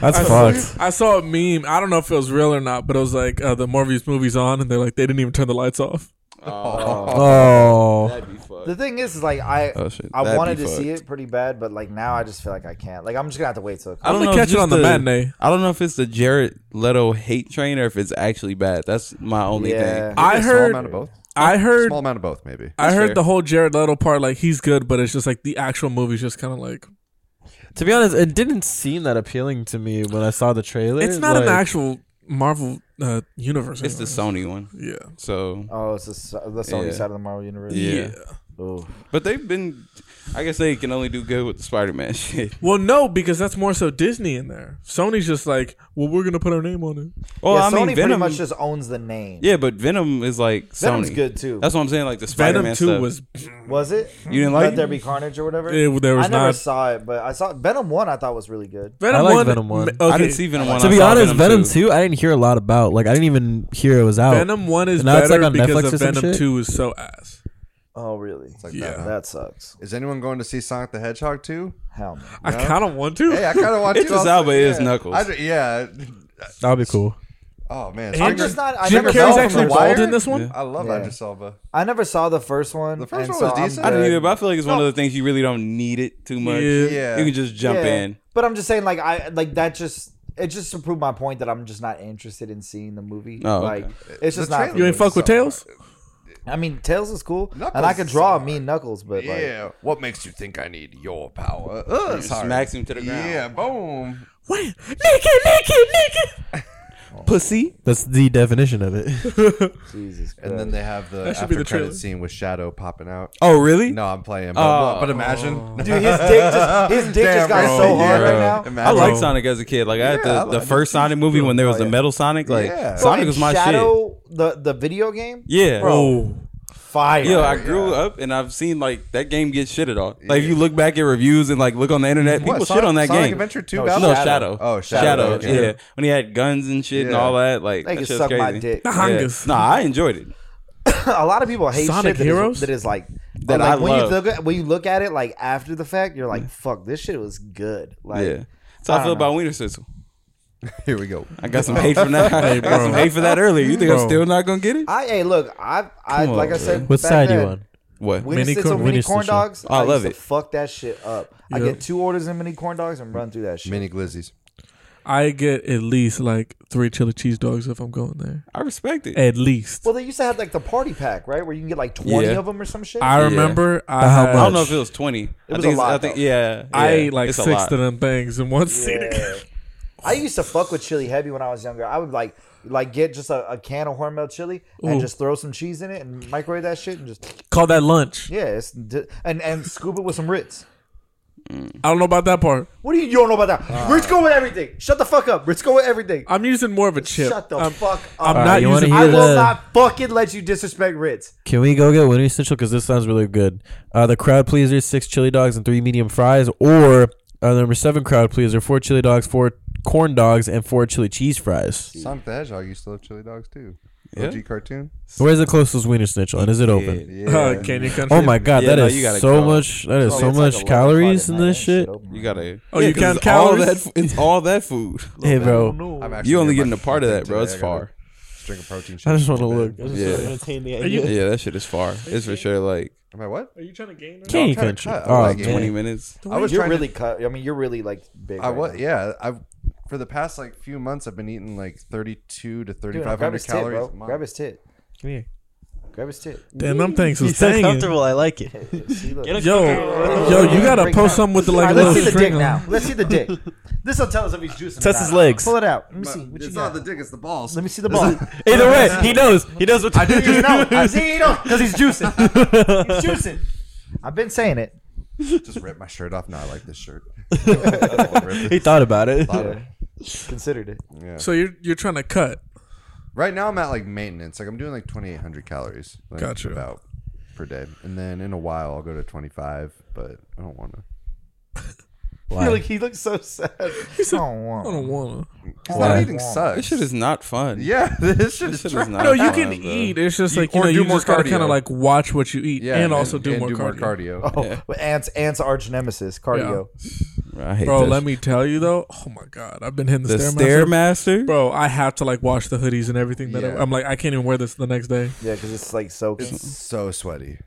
that's fucked. I saw a meme. I don't know if it was real or not, but it was like uh, the Morbius movie's on, and they're like they didn't even turn the lights off. Oh, That'd be fucked. The thing is, is like I, Oh, shit. I That'd wanted be to see fucked. it pretty bad, but like now I just feel like I can't. Like I'm just gonna have to wait till. It comes. I don't Only know. if catch it just on the matinee. I don't know if it's the Jared Leto hate train or if it's actually bad. That's my only Yeah. thing. I Small heard. amount of both. I heard. Small amount of both, maybe. I That's heard fair. the whole Jared Leto part. Like he's good, but it's just like the actual movie's just kind of like to be honest, it didn't seem that appealing to me when I saw the trailer. it's not an like- actual Marvel uh, universe. It's the anyways. Sony one. Yeah. So Oh, it's the, s- the Sony Yeah. side of the Marvel universe. Yeah. Ooh. But they've been, I guess they can only do good with the Spider Man [LAUGHS] shit. Well, no, because that's more so Disney in there. Sony's just like, well, we're gonna put our name on it. Well, yeah, I Sony mean, pretty Venom. much just owns the name. yeah, but Venom is like Venom's Sony. good too. That's what I'm saying. Like the Venom Spider Man Two stuff. was was it? you didn't Let like there be carnage or whatever. it, there I was never not saw it, but I saw Venom one. I thought was really good. Venom I like One. Venom One. m- I okay, didn't see Venom one. To I be saw honest, Venom, two. 2, I didn't hear a lot about. Like, I didn't even hear it was out. Venom One is And now it's, better like, on because Netflix of or some Venom shit? Two is so ass. Oh, really? It's like Yeah. that. Huh? That sucks. Is anyone going to see Sonic the Hedgehog too? Hell no. I kind of want to. Hey, I kind of want Idris to. also. Elba is Yeah. Knuckles. I d- yeah. That'll be cool. Oh man, And- I'm just not. I Jim never, Bell Carrey's from saw, actually The bald Wire? in this one. I love Yeah. Idris Elba. I never saw the first one. The first and one so was I'm decent. I didn't good. either, but I feel like it's one of the things you really don't need it too much. Yeah. Yeah. You can just jump Yeah. in. But I'm just saying, like I like that. Just it just to prove my point that I'm just not interested in seeing the movie. Oh, like okay. it's just The not. trailer for You ain't me. fuck with So- tails. I mean, Tails is cool, and I Knuckles could is draw so me and Knuckles, but like, yeah. what makes you think I need your power? Ugh, Just sorry. smacks him to the ground. Yeah, boom. Wait, Nikki, Nikki, Nikki. Pussy. That's the definition of it. [LAUGHS] Jesus Christ. And then they have the That should be the after trailer. credit scene with Shadow popping out. Oh, [LAUGHS] really? No, I'm playing. But, Oh. but [LAUGHS] imagine. Dude, his dick just his dick just got bro. so hard Yeah. right now. I Imagine. like Sonic as a kid. Like I had the, Yeah, I the like first Sonic movie when there was the metal Sonic. Like Yeah. Bro, Sonic and was my shit. Shadow, The the video game, Yeah. Oh, fire. Yo, I grew up and I've seen like that game get shitted on. Like if you look back at reviews and like look on the internet, people What, shit on that Sonic game. Adventure 2 no, Battle? Shadow. Shadow. Oh, Shadow, okay. Yeah, when he had guns and shit and Yeah. all that. Like they that can shit's suck my crazy. dick. Nah. Yeah. Hungus. Nah, I enjoyed it. [LAUGHS] a lot of people hate Sonic shit that is- Heroes? that is like That like, I when love. you look at when you look at it like after the fact, you're like, fuck, this shit was good. Like, Yeah. That's how I, I feel don't know. about Wiener Sizzle. Here we go. I got some hate from [LAUGHS] that. I got some hate for that earlier. You think I'm Bro. still not gonna get it? I hey, look, I I Come on, like I bro. said, What back side then, you on? What? Mini, Mini mini, corn- corn, mini mini corn sizzle. dogs. Oh, I used love to it. Fuck that shit up. I Yep. get two orders of mini corn dogs and run through that shit. Mini glizzies. I get at least like three chili cheese dogs if I'm going there. I respect it. At least. Well, they used to have like the party pack, right, where you can get like twenty Yeah. of them or some shit. I Yeah. remember I how had- I don't know if it was twenty. I was think a it's- I lot, think though. yeah, I yeah, ate like it's a six lot. of them things in one sitting. [LAUGHS] Yeah. I used to fuck with chili heavy when I was younger. I would like like get just a, a can of hormel chili and Ooh. just throw some cheese in it and microwave that shit and just Call that lunch. yeah, it's, di- and and scoop it with some Ritz. I don't know about that part. What do you, you don't know about that? Ritz go with everything. Shut the fuck up. Ritz go with everything. I'm using more of a chip. Shut the I'm, fuck I'm up. not you wanna using. hear I will the- not fucking let you disrespect Ritz. Can we go get Winter Essential? Because this sounds really good. Uh, the crowd pleaser, six chili dogs and three medium fries, or uh, number seven crowd pleaser, four chili dogs, four corn dogs, and four chili cheese fries. Sonic the Hedgehog used to love chili dogs too. Yeah. OG cartoon. Where's the closest Wiener Schnitzel, and is it open? Yeah. Uh, Canyon Country. Oh my god, Yeah, that no, is you gotta so go. much. That is It's so like much 11 calories Friday in night. this Ain't shit. open. You gotta. Oh, you 'cause count it's all calories? that f- It's all that [LAUGHS] food. [LAUGHS] Hey, bro, I'm actually You doing only my getting a part of thing that, bro. today. It's I gotta far. Drink a protein shake. I just want to before look. bed. I just Yeah. wanna entertain the you- idea. Yeah, that shit is far. It's for sure like Am I what? Are you trying to gain? Right Canyon I'm trying to Country. cut. I Oh, like it. man. 20 minutes. I was you're trying to- really cut. I mean, you're really like big. I right was now. yeah. I for the past like few months I've been eating like 32 to Dude, 3500 grab his calories. Tit, a bro. month. Grab his tit. Come here. Grab his [LAUGHS] tit. Damn, them things [LAUGHS] He's was [LAUGHS] so banging. comfortable. I like it. See, look. Yo, yo, you gotta post something with the All like right, little let's see the dick string on. now. Let's see the dick. This will tell us if he's juicing. or Test not. his legs. Pull it out. Let me But see. What you it's not got? the dick, it's the balls. Let me see the ball. Either way, he knows. He knows what to do. no, [LAUGHS] I see you know because he's juicing. He's juicing. I've been saying it. just rip my shirt off. No, I like this [LAUGHS] shirt. [LAUGHS] [LAUGHS] He thought about it. Considered it. Yeah. So you're you're trying to cut. Right now I'm at like maintenance. Like I'm doing like 2800 calories. Like Gotcha. About per day, and then in a while I'll go to 25, but I don't want to. He look, he looks so sad. He's I don't want I don't wanna. Because Why? that eating sucks. This shit is not fun. yeah, [LAUGHS] this shit This is shit trash. is not No, you fun, can bro. eat. It's just You- like you or know, do you more just gotta cardio. kind of like watch what you eat Yeah, and also do, and more, cardio. Oh, with Ant's Ant's arch nemesis, cardio. Bro, I hate Bro, that let shit. me tell you though. Oh my god, I've been hitting the, The stairmaster. Stairmaster. Bro, I have to like wash the hoodies and everything. That I- Yeah. I'm like, I can't even wear this the next day. Yeah, because it's like soaking. Oh. It's [LAUGHS] so sweaty.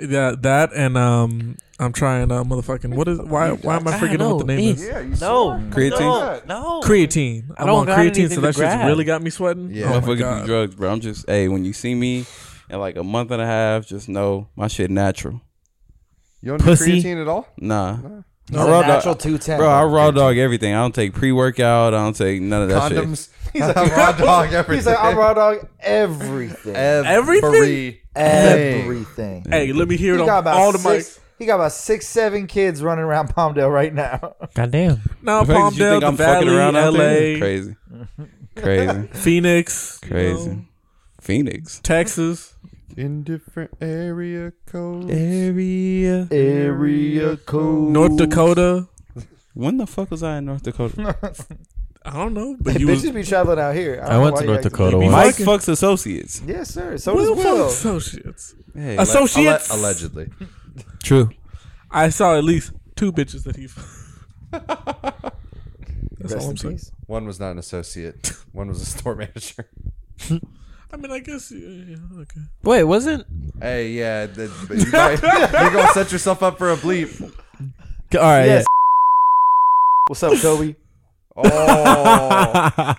Yeah, that and um, I'm trying uh, motherfucking. What is why? Why am I I freaking out what know, the name eh. is? Yeah, you No, [LAUGHS] Oh, Creatine? no. Creatine. I, don't want got creatine, anything so to that shit's grab. really got me sweating. Yeah. Oh my Motherfucker do god. drugs, bro. I'm just hey, when you see me in like a month and a half, just know my shit natural. You don't Pussy. do creatine at all? Nah. It's a raw natural dog, two ten. bro, I raw dog everything. I don't take pre workout. I don't take none of that shit. Condoms. He's like raw [LAUGHS] dog everything. He's like, I raw dog everything. Everything? Everything. everything. Hey, let me hear it He on got about all the six. mics. He got about six, seven kids running around Palmdale right [LAUGHS] now. Goddamn. Now The fact that you Palmdale, think the I'm fucking Valley, around out there is L.A., crazy, crazy, Phoenix, you crazy. know, Phoenix. Texas. In different area codes. Area. Area code. North Dakota. When the fuck was I in North Dakota? I don't know, but Hey, you was, bitches be traveling out here. I don't went know to why you North acting- Dakota be once. Mike fucking- fucks associates. Yes, sir. So Will does Fuck Will. Associates. Hey, alle- Associates. alle- allegedly. True. I saw at least two bitches that he. [LAUGHS] f- That's all I'm saying. One was not an associate. One was a store [LAUGHS] manager. I mean, I guess. Yeah, yeah, okay. Wait, wasn't? Hey, yeah, the, but you might- you're gonna set yourself up for a bleep. All right. Yes. What's up, Kobe? Oh,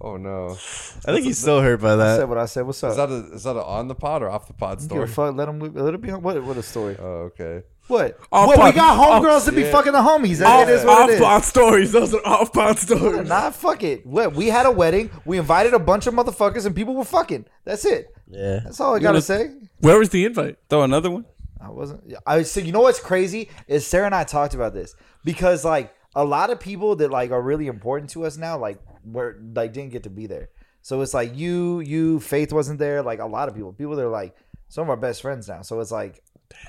oh no! Is I think he's still hurt by I said that. what I said. What's up? that a is that a on the pod or off the pod Give a story? fuck. Let him. Let it be. What? What a story. Oh, okay. What? Off Well, we pod- got off- homegirls to be yeah. fucking the homies. Off, That- It is what off it is. pod stories. Those are off pod [LAUGHS] stories. Nah, fuck it. What? We had a wedding. We invited a bunch of motherfuckers, and people were fucking. That's it. Yeah. That's all I gotta look- say. Where was the invite? Throw another one. I wasn't. I so you know what's crazy is Sarah and I talked about this because like a lot of people that like are really important to us now like were like didn't get to be there. So it's like you, you, Faith wasn't there. Like a lot of people, people that are like some of our best friends now. So it's like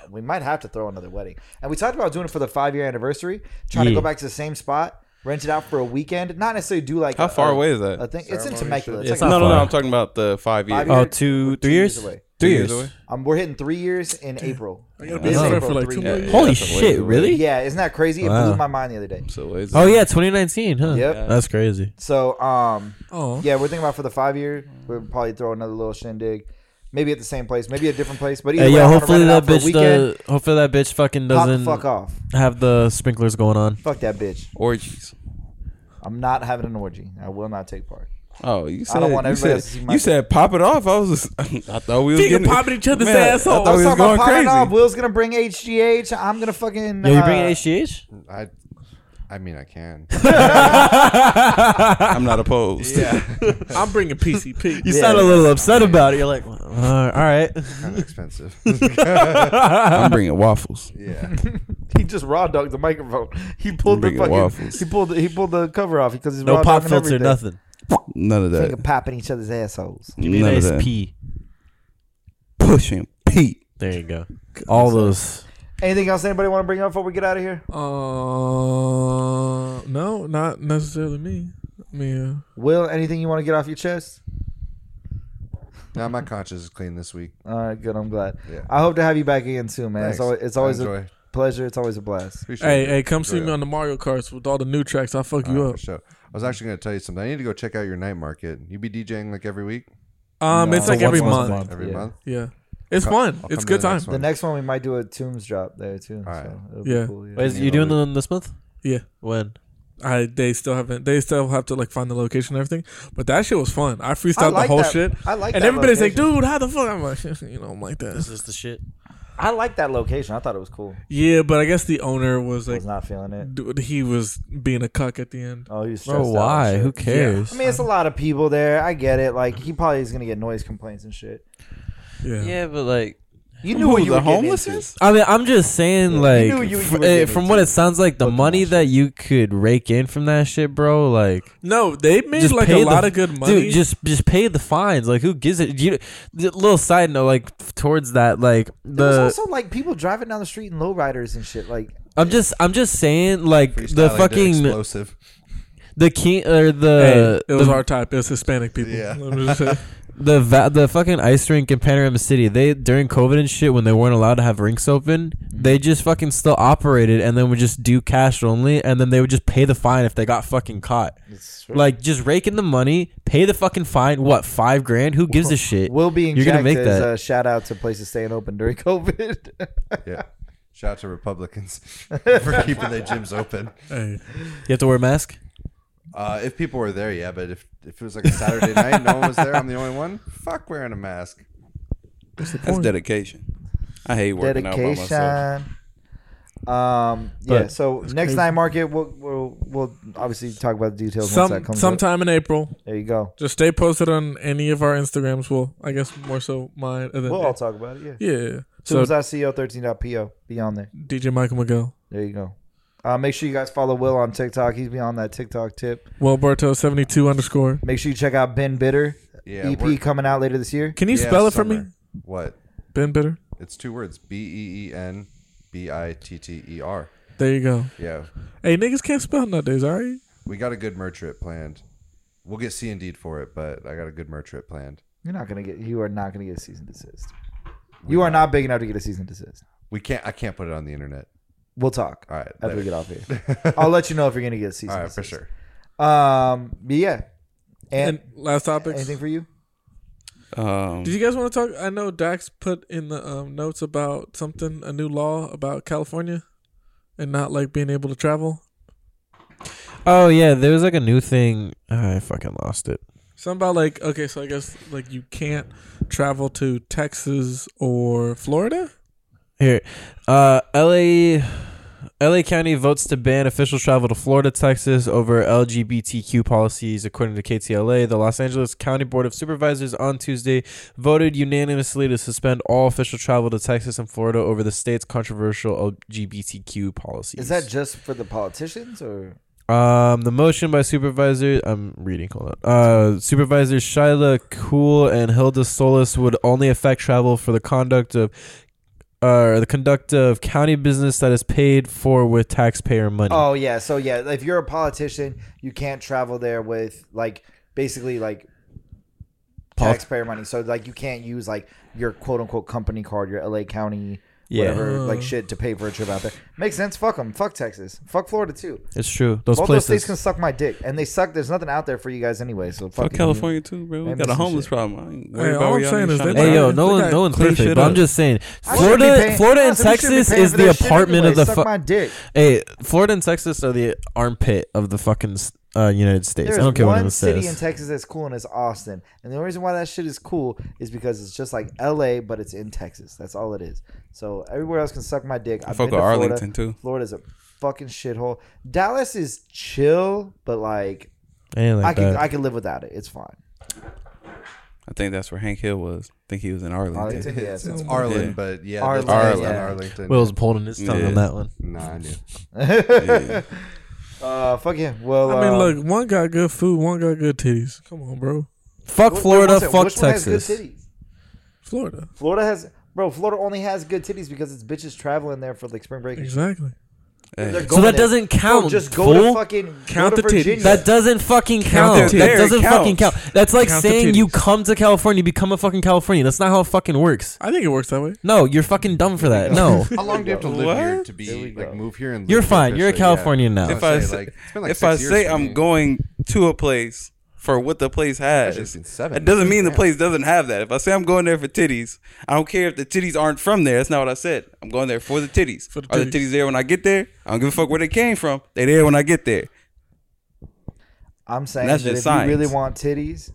we might have to throw another wedding. And we talked about doing it for the five year anniversary, trying to Yeah. go back to the same spot, rent it out for a weekend, not necessarily do like How a- far a- away is I that? think it's in Ceremony Temecula. shit. It's It's like No, no, no. far. I'm talking about the five years. Five Oh, years- two, we're three years. away. Three years years. away. Um, we're hitting three years in April. I got a This business April, friend for like three two years. million. Holy That's a way shit! too late. [LAUGHS] Really? Yeah, isn't that crazy? It blew Wow. my mind the other day. So is Oh yeah, 2019, huh? Yep. That's crazy. So, um, Oh, yeah, we're thinking about for the five year, we'll probably throw another little shindig, maybe at the same place, maybe a different place. But either Hey, way, yo, I'm gonna hopefully rent it that out for a bitch, weekend, the, hopefully that bitch fucking pop the doesn't fuck off. have the sprinklers going on. Fuck that bitch. orgies. I'm not having an orgy. I will not take part. Oh, you said I don't want you everybody said, else to see my you dick. said pop it off. I was just, [LAUGHS] I thought we was Finger getting popping each other's Man, I asshole. thought we was Talking about going popping crazy. off, Will's gonna bring HGH. I'm gonna fucking. Yo, you uh, bringing HGH? I, I mean, I [LAUGHS] can. I'm not opposed. [LAUGHS] I'm bringing [LAUGHS] PCP. [LAUGHS] You sound a little upset about it. You're like, uh, all right. kind of expensive. [LAUGHS] [LAUGHS] I'm bringing waffles. yeah. He just raw dogged the microphone. He pulled the Bringing fucking. waffles. He pulled. The, he pulled the cover off because he's No raw pop dogging filter, everything. nothing. None of Finger that. popping each other's assholes. None of that. SP. Pushing Pete. There you go. All those. Anything else anybody want to bring up before we get out of here? Uh, no, not necessarily me. I mean, uh, Will, anything you want to get off your chest? Now my conscience is clean this week. All right, good. I'm glad. Yeah. I hope to have you back again soon, man. It's Thanks. always, it's I always enjoy. a pleasure. It's always a blast. Appreciate hey, it. hey, come see Enjoy me it. on the Mario Karts with all the new tracks. I'll fuck All you right, up. for sure. I was actually going to tell you something. I need to go check out your night market. You be DJing like every week, Um, it's So like every once month. a month. every Yeah. month. Yeah, it's I'll- fun. I'll it's come to good the time. next The next one we might do a Tombs drop there too. All right. So it'll be Yeah. cool, yeah. Wait, is- you doing them this month? Yeah. When? I they still haven't. They still have to like find the location and everything. But that shit was fun. I freestyled I the like whole that- shit. I like and that everybody's location. like, dude, how the fuck? I'm like, [LAUGHS] you know, I'm like that. is the shit. I like that location. I thought it was cool. Yeah, but I guess the owner was I like, was not feeling it. dude, he was being a cuck at the end. Oh, he was stressed Bro, out and why? shit. Who cares? I mean, it's a lot of people there. I get it. Like he probably is gonna get noise complaints and shit. Yeah. yeah, but like. You knew Who what you were the getting homeless into. is? I mean, I'm just saying, like, knew you- you f- were eh, getting from into what it. it sounds like, the Fucking money bullshit. that you could rake in from that shit, bro, like, No, they made just like pay a the- lot of good money. Dude, just just pay the fines. Like, who gives it? You, the little side note, like f- towards that, like There was the. also like people driving down the street in lowriders and shit. Like I'm just I'm just saying, like the Freestyling did fucking explosive. the king or hey, uh, the it was the, our type. It was Hispanic people. [LAUGHS] Yeah. Let me just say. the va- the fucking ice rink in Panorama City. They during COVID and shit when they weren't allowed to have rinks open, they just fucking still operated and then would just do cash only, and then they would just pay the fine if they got fucking caught. Like just rake in the money, pay the fucking fine. What five grand? Who gives a shit? Will being You're gonna jacked make is that. a shout out to places staying open during [LAUGHS] COVID. [LAUGHS] Yeah. Shout out to Republicans [LAUGHS] for keeping their gyms open. Hey. You have to wear a mask. Uh, if people were there, yeah, but if, if it was like a Saturday night, no one was there, I'm the only one. Fuck wearing a mask. That's dedication. I hate working out by myself. dedication. Um. yeah. But- So next crazy. night market, we'll, we'll we'll obviously talk about the details once that Some comes. up. sometime in April. There you go. Just stay posted on any of our Instagrams. Well, I guess more so mine. And then, We'll all talk about it. Yeah. yeah. yeah. So Tombsco13.po. Be on there. DJ Michael Miguel, There you go. Uh, make sure you guys follow Will on TikTok. He's beyond that TikTok tip. Wilberto seventy two underscore. Make sure you check out Ben Bitter Yeah. EP we're- coming out later this year. Can you yeah, spell it for me? summer. What? Ben Bitter. It's two words B E E N B I T T E R. There you go. Yeah. Hey, niggas can't spell nowadays. All right. We got a good merch trip planned. We'll get C and D for it, but I got a good merch trip planned. You're not gonna get. You are not gonna get season desist. You are not big enough to get a cease and desist. We can't. I can't put it on the internet. We'll talk. All right, After later. we get off [LAUGHS] here, I'll let you know if you're gonna get a cease. All and right, for desist. sure. Um, but yeah. And And, last topic. anything for you? Um, Did you guys want to talk? I know Dax put in the um, notes about something, a new law about California and not like being able to travel. Oh yeah, there was like a new thing. I fucking lost it. Something about like, okay, so I guess like you can't travel to Texas or Florida? Here, uh, LA, LA County votes to ban official travel to Florida, Texas over LGBTQ policies, according to KTLA. The Los Angeles County Board of Supervisors on Tuesday voted unanimously to suspend all official travel to Texas and Florida over the state's controversial LGBTQ policies. Is that just for the politicians or? Um, the motion by Supervisor, I'm reading, hold on. Uh, Supervisors Shyla Cool and Hilda Solis would only affect travel for the conduct of, uh, the conduct of county business that is paid for with taxpayer money. Oh yeah, so yeah, if you're a politician, you can't travel there with like basically like Pol- taxpayer money. So like you can't use like your quote unquote company card, your LA County Yeah. whatever like shit to pay for a trip out there. Makes sense. Fuck them. Fuck Texas. Fuck Florida too. It's true. Those Both those places. states can suck my dick, and they suck. There's nothing out there for you guys anyway. So fuck, fuck you. California too, bro. We Maybe got a some homeless shit. problem. I ain't Hey, worried all about I'm where y'all saying is be trying that- to Hey yo, buy. no They one, got no one's clean perfect. shit But up. I'm just saying, I shouldn't be Florida, paying- Florida and honestly, we shouldn't be Texas paying is for the that shit apartment anyway. of the Suck fu- my dick. Hey, Florida and Texas are the armpit of the fucking uh, United States. There's I don't care what one anyone city in says. Texas that's cool, and it's Austin. And the only reason why that shit is cool is because it's just like L.A., but it's in Texas. That's all it is. So everywhere else can suck my dick. I've fuck been to with Florida. Arlington, too. Florida's a fucking shithole. Dallas is chill, but like, Anything like I can that. I can live without it. It's fine. I think that's where Hank Hill was. I think he was in [LAUGHS] Arlington. Arlington, yeah, it's- It's Arlen, but yeah, that's Arlen, based Oh, yeah. on Arlington. Will's pulling his tongue Yeah. on that one. Nah, I knew. uh, fuck yeah. Well, I mean, uh, look, one got good food, one got good titties. Come on, bro. Fuck wait, Florida. what's it- Fuck which one has good Texas. titties? Florida. Florida has. Bro, Florida only has good titties because it's bitches traveling there for like spring break. Exactly. Hey. They're So going that there. doesn't Bro, count. just go to fool. fucking Count go to the titties. Virginia. That doesn't fucking Count count. the That titties. doesn't Count. fucking count. That's like Count the saying you titties. come to California, you become a fucking Californian. That's not how it fucking works. I think it works that way. No, you're fucking dumb for that. No. [LAUGHS] [LAUGHS] How long do you have to live here to There we be go. like move here and? Live You're here fine. You're a officially? Californian now. Yeah. if I say, say, like, it's been like if I six years say for I'm me. going to a place for what the place has, shit's been seven it doesn't years. mean the place doesn't have that. If I say I'm going there for titties, I don't care if the titties aren't from there. That's not what I said. I'm going there for the titties. For the Are the titties. titties there when I get there? I don't give a fuck where they came from. They there when I get there. I'm saying That's that if just you really science. want titties,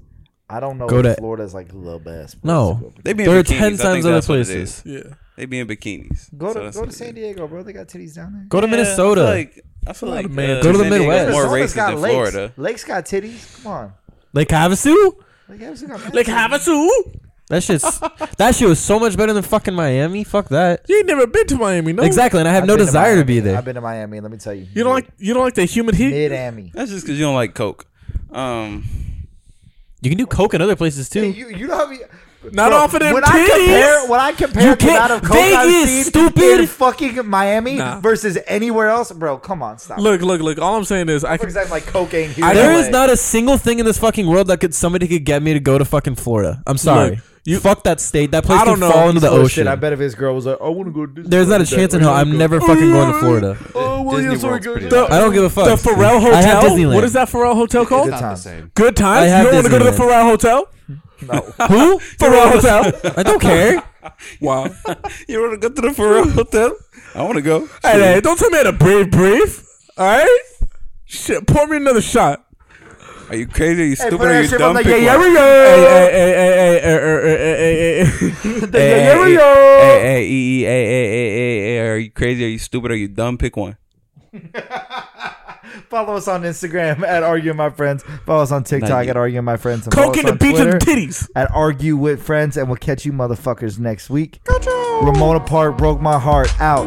I don't know. Go if to- Florida's like the best. place to No. go. They be in There are bikinis. ten I think times other that's what it places. is. Yeah. They be in bikinis. Go So to that's go what to it San is. Diego, bro. They got titties down there. Go to Yeah, Minnesota. I feel like, I feel a lot like of man- uh, Go to the San Diego's Midwest. More Arizona's racist than lakes. Florida. Lakes got titties. Come on. Lake Havasu? Lake Havasu got mad Like, titties. have a zoo? That shit's [LAUGHS] that shit was so much better than fucking Miami. Fuck that. You ain't never been to Miami, no? Exactly, and I have I've no been to desire to Miami. be there. I've been to Miami. Let me tell you. You don't like you don't like the humid heat? mid Miami. That's just because you don't like Coke. Um, [LAUGHS] You can do coke in other places Hey, too. you you know how many- Not Bro, off of them when I titties. compare when I compare You the can't- amount of coke I've Vegas, seen stupid. in fucking Miami Nah. versus anywhere else, bro. Come on, stop. Look, look, look. All I'm saying is I for can, example, like cocaine here. I in There know is LA. not a single thing in this fucking world that could somebody could get me to go to fucking Florida. I'm sorry. you- fuck that state. That place I can don't know. fall into the Oh, shit, ocean. I bet if his girl was like, I want to go. to Disney There's not a World today, chance in or hell I wanna I'm go- never [LAUGHS] fucking going to Florida. Oh, well, Disney yes, World's go pretty to- nice. I don't give a fuck. the Pharrell I Hotel. have Disneyland. What is that Pharrell Hotel called? Good Not the times. same. Good times. I have You don't want to go to the Disneyland. Pharrell [LAUGHS] Hotel? [LAUGHS] Who? Pharrell Hotel. [LAUGHS] I don't care. Wow. you want to go to the Pharrell Hotel? I want to go. hey, hey, don't tell me how to breathe, breathe. All right. Shit, pour me another shot. Are you crazy? Are you stupid? put Are that you shit dumb? on the- Pick yeah, yeah, one. Hey, hey, hey, hey, hey, hey, hey, hey, hey, hey, [LAUGHS] hey. Hey, yeah, hey, yeah, hey, hey, E, E, hey, hey, hey, hey, hey, are you crazy? Are you stupid? Are you dumb? Pick one. Follow us on Instagram [LAUGHS] at Argue My Friends. Follow us on TikTok you- at Argue My Friends. And Coke in follow the us beach on and Twitter titties. At Argue With Friends. And we'll catch you motherfuckers next week. Ramona Park broke my heart out.